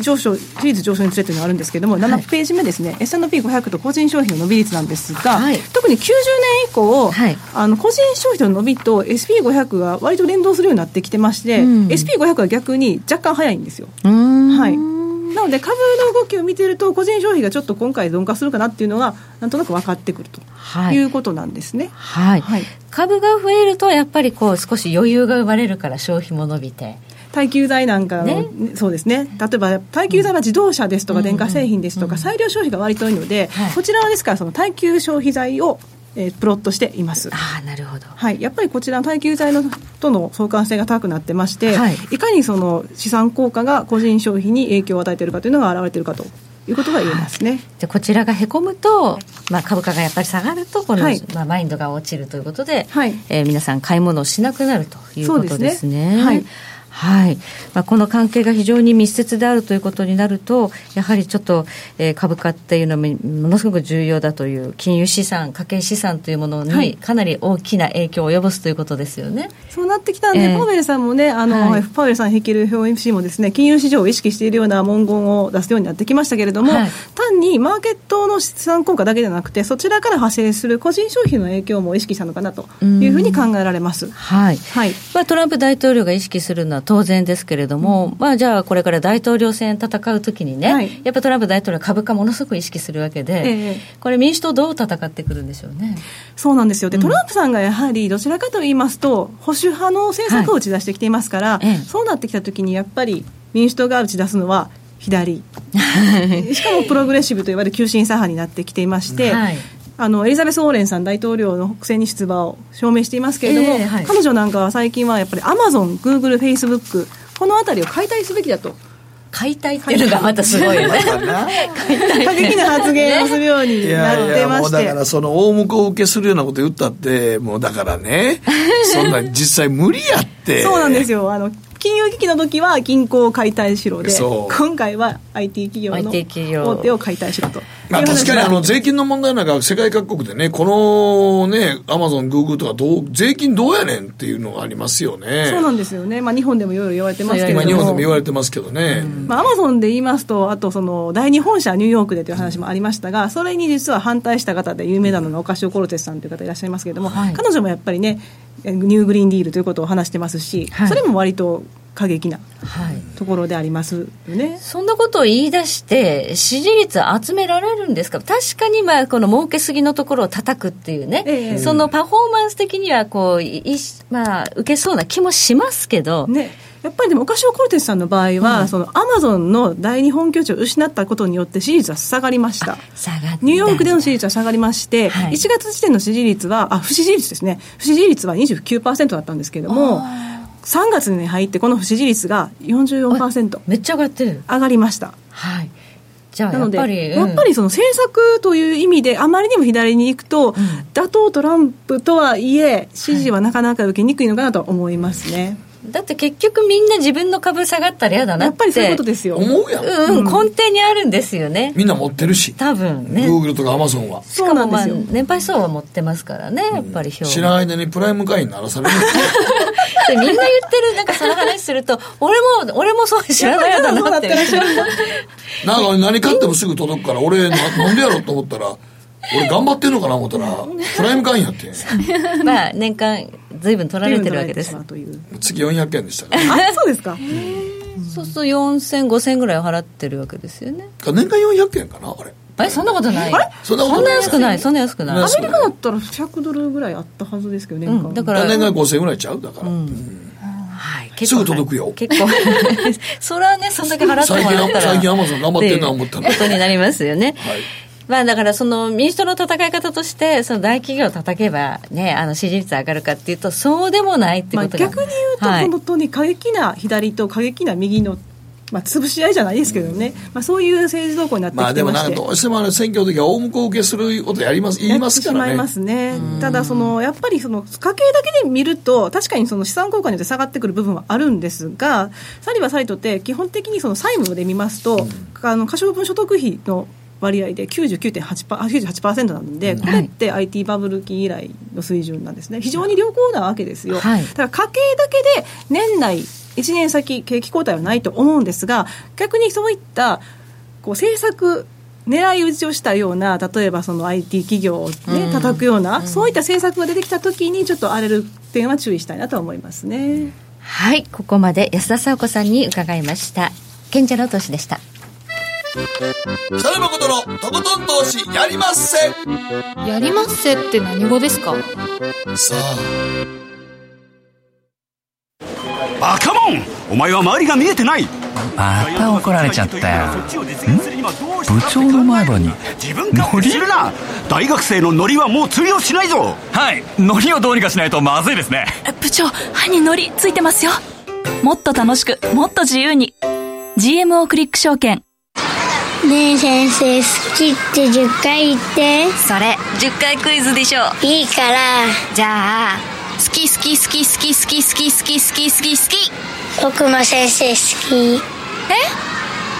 Speaker 12: 上昇、比率上昇についてのがあるんですけれども、はい、7ページ目ですね、S&P500 と個人消費の伸び率なんですが、はい、特に90年以降、はい、あの個人消費の伸びと SP500 が割と連動するようになってきてまして、うん、SP500 は逆に若干早いんですよ。はいなので株の動きを見てると個人消費がちょっと今回鈍化するかなっていうのがなんとなく分かってくるということなんですね。
Speaker 3: はい、はい、株が増えるとやっぱりこう少し余裕が生まれるから消費も伸びて
Speaker 12: 耐久財なんかの、ね、そうですね例えば耐久財は自動車ですとか電化製品ですとか裁量消費が割と多いので、はい、こちらはですからその耐久消費財をえー、プロットしています
Speaker 3: あなるほど、
Speaker 12: はい、やっぱりこちらの耐久財のとの相関性が高くなってまして、はい、いかにその資産効果が個人消費に影響を与えているかというのが表れているかということが言えますね、はい、
Speaker 3: でこちらがへこむと、まあ、株価がやっぱり下がるとこの、はい、まあ、マインドが落ちるということで、はいえー、皆さん買い物をしなくなるということですね。すねはいはいまあ、この関係が非常に密接であるということになると、やはりちょっと、えー、株価っていうのもものすごく重要だという、金融資産、家計資産というものに、はい、かなり大きな影響を及ぼすということですよね
Speaker 12: そうなってきたんで、えー、パウエルさんもね、あのはい、パウエルさん率いる FOMC もですね、金融市場を意識しているような文言を出すようになってきましたけれども、はい、単にマーケットの資産効果だけじゃなくて、そちらから派生する個人消費の影響も意識したのかなというふうに考えられます。
Speaker 3: はいはいまあ、トランプ大統領が意識するのは当然ですけれども、うん、まあ、じゃあ、これから大統領選戦うときにね、はい、やっぱトランプ大統領は株価ものすごく意識するわけで、ええ、これ、民主党、どう戦ってくるんでしょうね
Speaker 12: そうなんですよ、で、うん、トランプさんがやはりどちらかといいますと、保守派の政策を打ち出してきていますから、はい、そうなってきたときに、やっぱり民主党が打ち出すのは、左しかもプログレッシブといわれる急進左派になってきていまして、はいあのエリザベス・オーレンさん大統領の北西に出馬を証明していますけれども、えーはい、彼女なんかは最近はやっぱりアマゾン、グーグル、フェイスブック、この辺りを解体すべきだ と。
Speaker 3: 解体っていうのがまたすごいよね。
Speaker 12: 過激な発言をするようになってまして。
Speaker 2: いやいやだからその大向こう受けするようなこと言ったって、もうだからね、そんな実際無理やって。
Speaker 12: そうなんですよ。あの金融危機の時は銀行を解体しろで、今回は IT 企業の大手を解体しろと。
Speaker 2: まあ、確かにあの税金の問題なんか世界各国でね、このね、アマゾン、グーグルとかどう、税金どうやねんっていうのがありますよね。
Speaker 12: そうなんですよね、まあ、日本でもいろいろ言われてますけれど
Speaker 2: 今、
Speaker 12: も、
Speaker 2: 日本でも言われてますけどね。
Speaker 12: まあ、アマゾンで言いますと、あとその第二本社、ニューヨークでという話もありましたが、それに実は反対した方で有名なのがオカシオ・コルテスさんという方いらっしゃいますけれども、彼女もやっぱりね、ニューグリーンディールということを話してますし、それも割と過激なところでありますよね。
Speaker 3: そんなことを言い出して、支持率集められるんですか、確かにまあこの儲けすぎのところを叩くっていうね、
Speaker 12: ええ
Speaker 3: そのパフォーマンス的にはこういいまあ、受けそうな気もしますけど、
Speaker 12: ね、やっぱりでも、オカシオ・コルテスさんの場合は、そのアマゾンの第二本拠地を失ったことによって、支持率は下がりました。ニューヨークでの支持率は下がりまして、1月時点の支持率は、あ、不支持率ですね。不支持率は29%だったんですけども、3月に入ってこの不支持率が44%。
Speaker 3: めっちゃ上がってる。
Speaker 12: 上がりました。
Speaker 3: はい。じゃあ
Speaker 12: なので、
Speaker 3: やっぱりうん
Speaker 12: やっぱりその政策という意味で、あまりにも左に行くと、打倒トランプとはいえ、支持はなかなか受けにくいのかなと思いますね。
Speaker 3: だって結局みんな自分の株下がったら嫌だなってやっぱり
Speaker 12: そういうことですよ
Speaker 2: 思うやん
Speaker 3: うん、根底にあるんですよね
Speaker 2: みんな持ってるし。
Speaker 3: 多分ね
Speaker 2: グーグルとかアマゾンは。
Speaker 3: しかもまあ年配層は持ってますからねやっぱり票
Speaker 2: 知らない間にプライム会員ならされる。
Speaker 3: でみんな言ってるなんかその話す ると俺も俺もそう知らないやだなって
Speaker 2: やっぱりそうだなんか俺何買ってもすぐ届くから、俺な、なんでやろうと思ったら、俺頑張ってんのかな思った ら、プライム会員やって。
Speaker 3: まあ年間ずいぶん取られてるわけです
Speaker 2: 月400円でしたから。
Speaker 12: あそうですか
Speaker 3: そうすると40005000円ぐらい払ってるわけですよね
Speaker 2: 年間400円かなあれ
Speaker 3: えそんなことない
Speaker 12: あれ
Speaker 3: そんな安くないそんな安くない
Speaker 12: アメリカだったら100ドルぐらいあったはずですけどね、
Speaker 3: うんだから
Speaker 2: 年間5000円ぐらいちゃうだから。すぐ届くよ。
Speaker 3: 結構 それはねそんだけ払ってもらったら
Speaker 2: 最近最近 Amazon 頑張ってんな思ったの
Speaker 3: っていうことになりますよね、まあだからその民主党の戦い方としてその大企業を叩けばねあの支持率上がるかっていうとそうでもないって
Speaker 12: ま
Speaker 3: こ
Speaker 12: あ、
Speaker 3: とが、
Speaker 12: 逆に言うと、
Speaker 3: はい
Speaker 12: 本当に過激な左と過激な右の、まあ、潰し合いじゃないですけどね、まあ、そういう政治動向になって
Speaker 2: まあ
Speaker 12: きて
Speaker 2: でも
Speaker 12: ま
Speaker 2: な
Speaker 12: し
Speaker 2: ん
Speaker 12: て
Speaker 2: か。どうしてもあれ選挙の時は大向こう受けすることやります、言いますから
Speaker 12: やってしまい
Speaker 2: ね。
Speaker 12: ますねただそのやっぱりその家計だけで見ると確かにその資産効果によって下がってくる部分はあるんですがサリはサリとって基本的にその債務で見ますと、あの可処分所得費の割合で99.8%パーあ98%なんで、これって IT バブル期以来の水準なんですね非常に良好なわけですよ、
Speaker 3: はい
Speaker 12: だから家計だけで年内1年先景気後退はないと思うんですが逆にそういったこう政策狙い撃ちをしたような例えばその IT 企業を、ね
Speaker 3: うん
Speaker 12: 叩くような、そういった政策が出てきた時にちょっと荒れる点は注意したいなとは思いますね。
Speaker 3: はいここまで安田沙子さんに伺いました賢者の投資でした
Speaker 2: 北山ことのとことん投資やりまっせ
Speaker 1: やりまっせって何語ですか
Speaker 2: さ
Speaker 8: バカモンお前は周りが見えてない
Speaker 9: また怒られちゃったよ
Speaker 8: 部長の前歯にノリするな大学生のノリはもう通用しないぞ
Speaker 6: はいノリをどうにかしないとまずいですね
Speaker 7: 部長、歯にノリついてますよ。もっと楽しく、もっと自由に。GMO クリック証券。
Speaker 11: ねえ先生好きって10回言って
Speaker 7: それ、10回クイズでしょ。
Speaker 11: いいから
Speaker 7: じゃあ、好き好き好き好き好き好き好き好き好き好き。
Speaker 11: 僕も先生好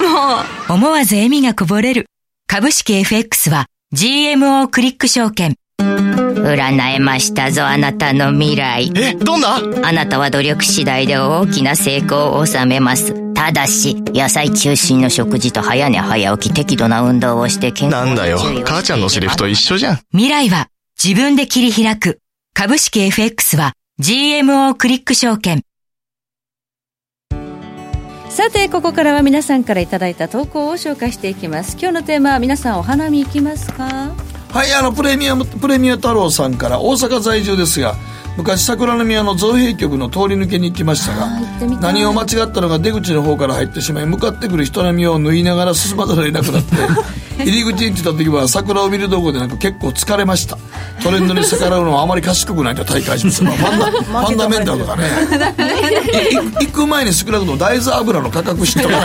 Speaker 11: き
Speaker 7: もう、
Speaker 10: 思わず笑みがこぼれる。株式 FX は GMO クリック証券。占えましたぞ、あなたの未来。え、どんなあなたは努力次第で大きな成功を収めます。ただし、野菜中心の食事と早寝早起き適度な運動をして健康
Speaker 13: なんだよ
Speaker 10: 注意をしていけば
Speaker 13: 母ちゃんのセリフと一緒じゃん
Speaker 10: 未来は自分で切り開く。株式 FX は GMO クリック証券。
Speaker 3: さてここからは皆さんからいただいた投稿を紹介していきます今日のテーマは皆さんお花見行きま すか
Speaker 2: あ、はい、あの、プレミアム、プレミア太郎さんから大阪在住ですが、昔桜の宮の造幣局の通り抜けに行きましたが、何を間違ったのか出口の方から入ってしまい向かってくる人並みを縫いながら進まざるを得なくなって 入り口に着いた時は桜を見るどころでなく結構疲れましたトレンドに逆らうのはあまり賢くないと大会 します、まあ、ファンダファンダメンタルとかねい行く前に少なくとも大豆油の価格知っとかない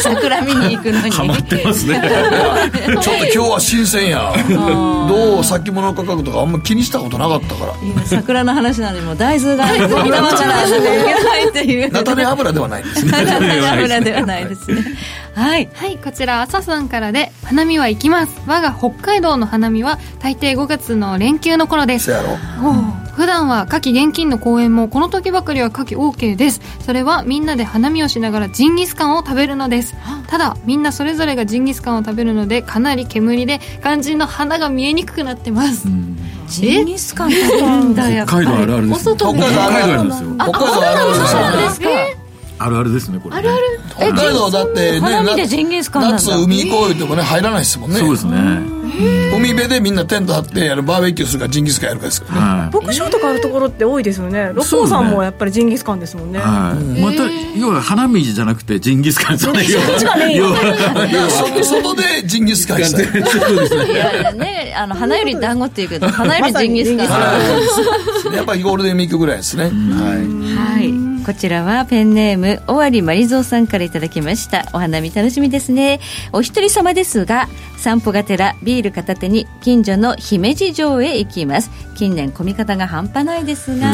Speaker 3: 桜見に行くのに
Speaker 2: ってますねちょっと今日は新鮮やどう先物価格とかあんま気にしたことなかったから
Speaker 3: 桜の話なのにもう大豆が大豆がからなきゃいけないっていう
Speaker 2: 菜種 油ではないんです
Speaker 3: 菜種油ではないですねはい
Speaker 5: はい、こちら朝さんからで花見は行きます我が北海道の花見は大抵5月の連休の頃ですおう普段は夏季現金の公演もこの時ばかりは夏季 OK ですそれはみんなで花見をしながらジンギスカンを食べるのですただみんなそれぞれがジンギスカンを食べるのでかなり煙で肝心の花が見えにくくなってますジンギスカン食べるんだ
Speaker 4: 北海道あるあるですね
Speaker 2: 北海道あるある
Speaker 4: なんですよ
Speaker 2: 北海道あるあるですよね
Speaker 4: あるあるですねこれね
Speaker 2: 北海道だってね
Speaker 3: 花見でジンギスカンなんだ
Speaker 2: 夏海行こう言ってもね入らないですもんね
Speaker 4: そうですね
Speaker 2: 海辺でみんなテント張ってやるバーベキューするかジンギスカンやるかですからね
Speaker 4: はい
Speaker 12: 牧場とかあるところって多いですよね六
Speaker 4: そう
Speaker 12: 甲
Speaker 4: ね
Speaker 12: さんもやっぱりジンギスカンですもんね
Speaker 4: はい、また要は花見じゃなくてジンギスカンじゃないよ
Speaker 12: そっちがメイン
Speaker 4: 要は要は
Speaker 2: 外外でジンギスカンして
Speaker 3: いやいやね、あの花より団子っていうけど、花よりジンギスカン。
Speaker 2: やっぱりゴールデンウィークぐらいですねはい
Speaker 3: はい、こちらはペンネーム尾張まりぞうさんからいただきましたお花見楽しみですねお一人様ですが散歩がてらビール片手に近所の姫路城へ行きます近年混み方が半端ないですが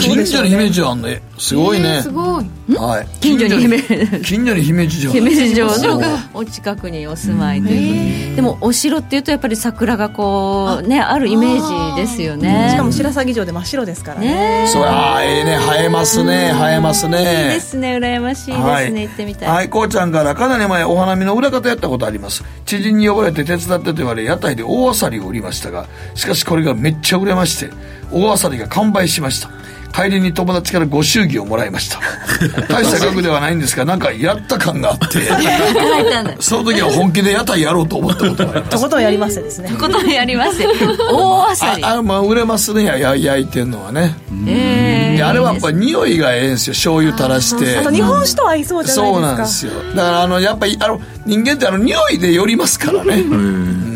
Speaker 2: 近所に姫路城あんねすごいね
Speaker 5: すごい
Speaker 2: はい
Speaker 3: 近所に 姫
Speaker 2: 近所に姫路城
Speaker 3: 姫路城
Speaker 2: そう
Speaker 3: のお近くにお住まいというでもお城っていうとやっぱり桜がこうねあるイメージですよね
Speaker 12: しかも白鷺城で真っ白ですからね
Speaker 2: そうあーええね生えますね生えます
Speaker 3: いい
Speaker 2: ね
Speaker 3: ですね羨ましいですね、
Speaker 2: はい
Speaker 3: 行ってみたい、
Speaker 2: はい、こうちゃんからかなり前お花見の裏方やったことあります。知人に呼ばれて手伝ってと言われ、屋台で大アサリを売りましたが、しかしこれがめっちゃ売れまして、大アサリが完売しました。帰りに友達からご祝儀をもらいま した。大した額ではないんですが、なんかやった感があ って、
Speaker 3: 書いて あるの
Speaker 2: その時は本気で屋台やろうと思ったことがあります。
Speaker 12: とことんやりましたですね
Speaker 3: ことにありますよ大あさり
Speaker 2: ああまあ売れますねやや焼いてんのはね、
Speaker 3: え
Speaker 2: いやあれはやっぱ匂いがええんですよ醤油垂らして
Speaker 12: あと日本酒とは合いそうじゃ
Speaker 2: そうな
Speaker 12: なんい
Speaker 2: で
Speaker 12: です
Speaker 2: すよだからあのやっぱりあの人間ってあの匂いで寄りますからね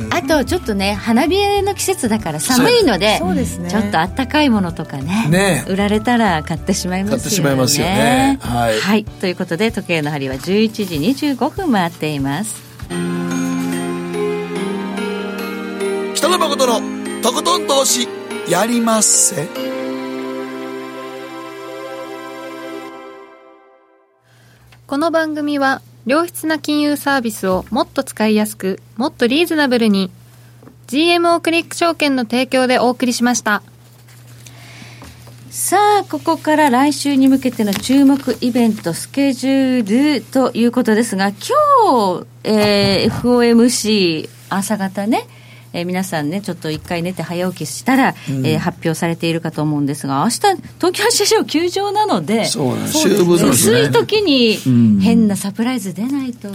Speaker 3: あとちょっとね花冷えの季節だから寒いので
Speaker 12: そうですね
Speaker 3: ちょっとあったかいものとかね
Speaker 2: ねえ
Speaker 3: 売らかったら買ってしまいますよ
Speaker 2: 買
Speaker 3: ね
Speaker 2: ってしまいますよねはい
Speaker 3: ということで時計の針は11時25分回っています
Speaker 2: 北野誠のとことん投資やりまっせ
Speaker 5: この番組は良質な金融サービスをもっと使いやすくもっとリーズナブルに GMO クリック証券の提供でお送りしました
Speaker 3: さあここから来週に向けての注目イベントスケジュールということですが今日、えー FOMC 朝方ねえー皆さんね、ちょっと一回寝て早起きしたら、えー発表されているかと思うんですが、明日東京市場休場なので、
Speaker 2: そうなんです終盤です
Speaker 3: 薄
Speaker 2: ね
Speaker 3: い時に変なサプライズ出ないと、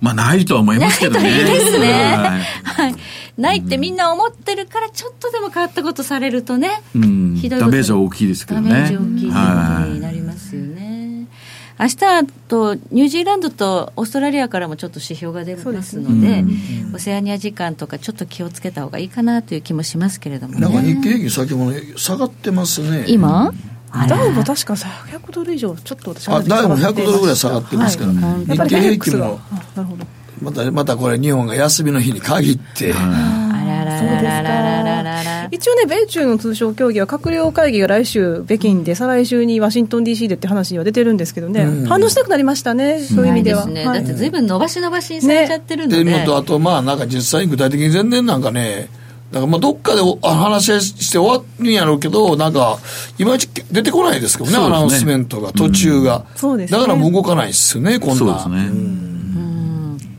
Speaker 4: まあないとは思いますけどね
Speaker 3: ないといいですね
Speaker 4: はい
Speaker 3: はい、ないってみんな思ってるから、ちょっとでも変わったことされるとね、
Speaker 4: うん
Speaker 3: ひどいこと
Speaker 4: ダメージは大きいですけど
Speaker 3: ダ
Speaker 4: ね
Speaker 3: メージ大きいということに
Speaker 4: は
Speaker 3: なりますよね。明日あとニュージーランドとオーストラリアからもちょっと指標が出ますのでオセアニア時間とかちょっと気をつけた方がいいかなという気もしますけれども
Speaker 2: なんか日
Speaker 3: ね。
Speaker 2: 経平均先物下がってますね
Speaker 3: 今あら
Speaker 12: ダウも確か100ドル以上ちょっと私
Speaker 2: あダウも100ドルぐらい下がってますから、
Speaker 12: はいやっぱ
Speaker 2: 日経
Speaker 12: りフェ
Speaker 2: 平
Speaker 12: ックス
Speaker 2: 均
Speaker 12: が
Speaker 2: も
Speaker 12: あなるほど
Speaker 2: またまたこれ日本が休みの日に限って、
Speaker 3: あらららららららら
Speaker 12: 一応ね、米中の通商協議は閣僚会議が来週、北京で、再来週にワシントン DC でって話には出てるんですけどね、反応したくなりましたね、そういう意味で
Speaker 3: で
Speaker 12: は。
Speaker 3: すね。
Speaker 12: は
Speaker 3: だ
Speaker 12: い
Speaker 3: ってずいぶん伸ばし伸ばしにされちゃって
Speaker 2: っ
Speaker 3: るの
Speaker 2: て
Speaker 3: で。
Speaker 2: いうのと、あと、まあ、なんか実際に具体的に全然なんかね、なんかまあどっかでおあ話し合いして終わるんやろうけど、なんか、いまいち出てこないですけどね、
Speaker 4: そうで
Speaker 2: ア
Speaker 4: すね
Speaker 2: ナウンスメントが、途中が。
Speaker 12: そうですね
Speaker 2: だからもう動かないですよね、こ
Speaker 4: い
Speaker 2: ん
Speaker 4: そう
Speaker 2: な。
Speaker 4: ですね、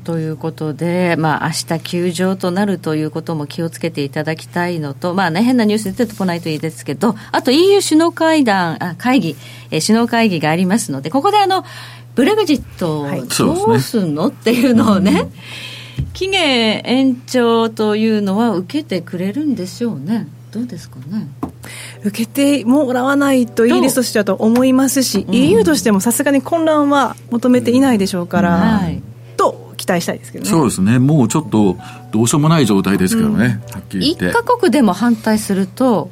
Speaker 3: ということで、まあ明日休場となるということも気をつけていただきたいのと、まあね、変なニュース出てこないといいですけど、あと EU 首脳会談、あ会議、えー首脳会議がありますので、ここであの、ブレグジット
Speaker 12: はい
Speaker 4: そうです
Speaker 3: をどうす
Speaker 4: ね
Speaker 3: んの、っていうのをね、期限延長というのは受けてくれるんでしょうね。どうですかね。
Speaker 12: 受けてもらわないとイギリスとしてはと思いますし、EU としてもさすがに混乱は求めていないでしょうから、
Speaker 3: はい。
Speaker 12: と期待したいですけどね。
Speaker 4: そうですねもうちょっとどうしようもない状態ですけどね、はっきり言っ
Speaker 3: 一
Speaker 4: て
Speaker 3: カ国でも反対すると、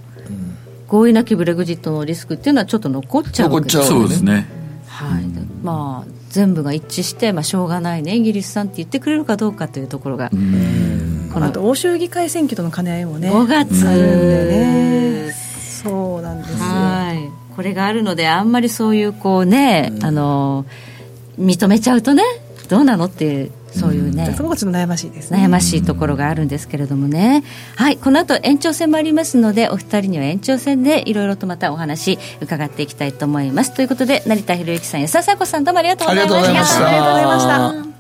Speaker 3: 合意なきブレグジットのリスクっていうのはちょっと残っちゃうわけですよね
Speaker 4: そうですね
Speaker 3: はい、まあ全部が一致して、まあ、しょうがないねイギリスさんって言ってくれるかどうかというところが、この
Speaker 12: あと欧州議会選挙との兼ね合いもね、
Speaker 3: 5月
Speaker 12: あるんでね、そうなんですよ。
Speaker 3: はいこれがあるのであんまりそういうこうね、あの認めちゃうとねどうなのっていうそういうね、
Speaker 12: そこがちょっと悩ましいですね
Speaker 3: 悩ましいところがあるんですけれどもね、はいこの後延長戦もありますのでお二人には延長戦でいろいろとまたお話伺っていきたいと思いますということで成田博之さん安田紗子さんどうもありがとうございました
Speaker 2: ありがとうございました
Speaker 3: ありがとうございました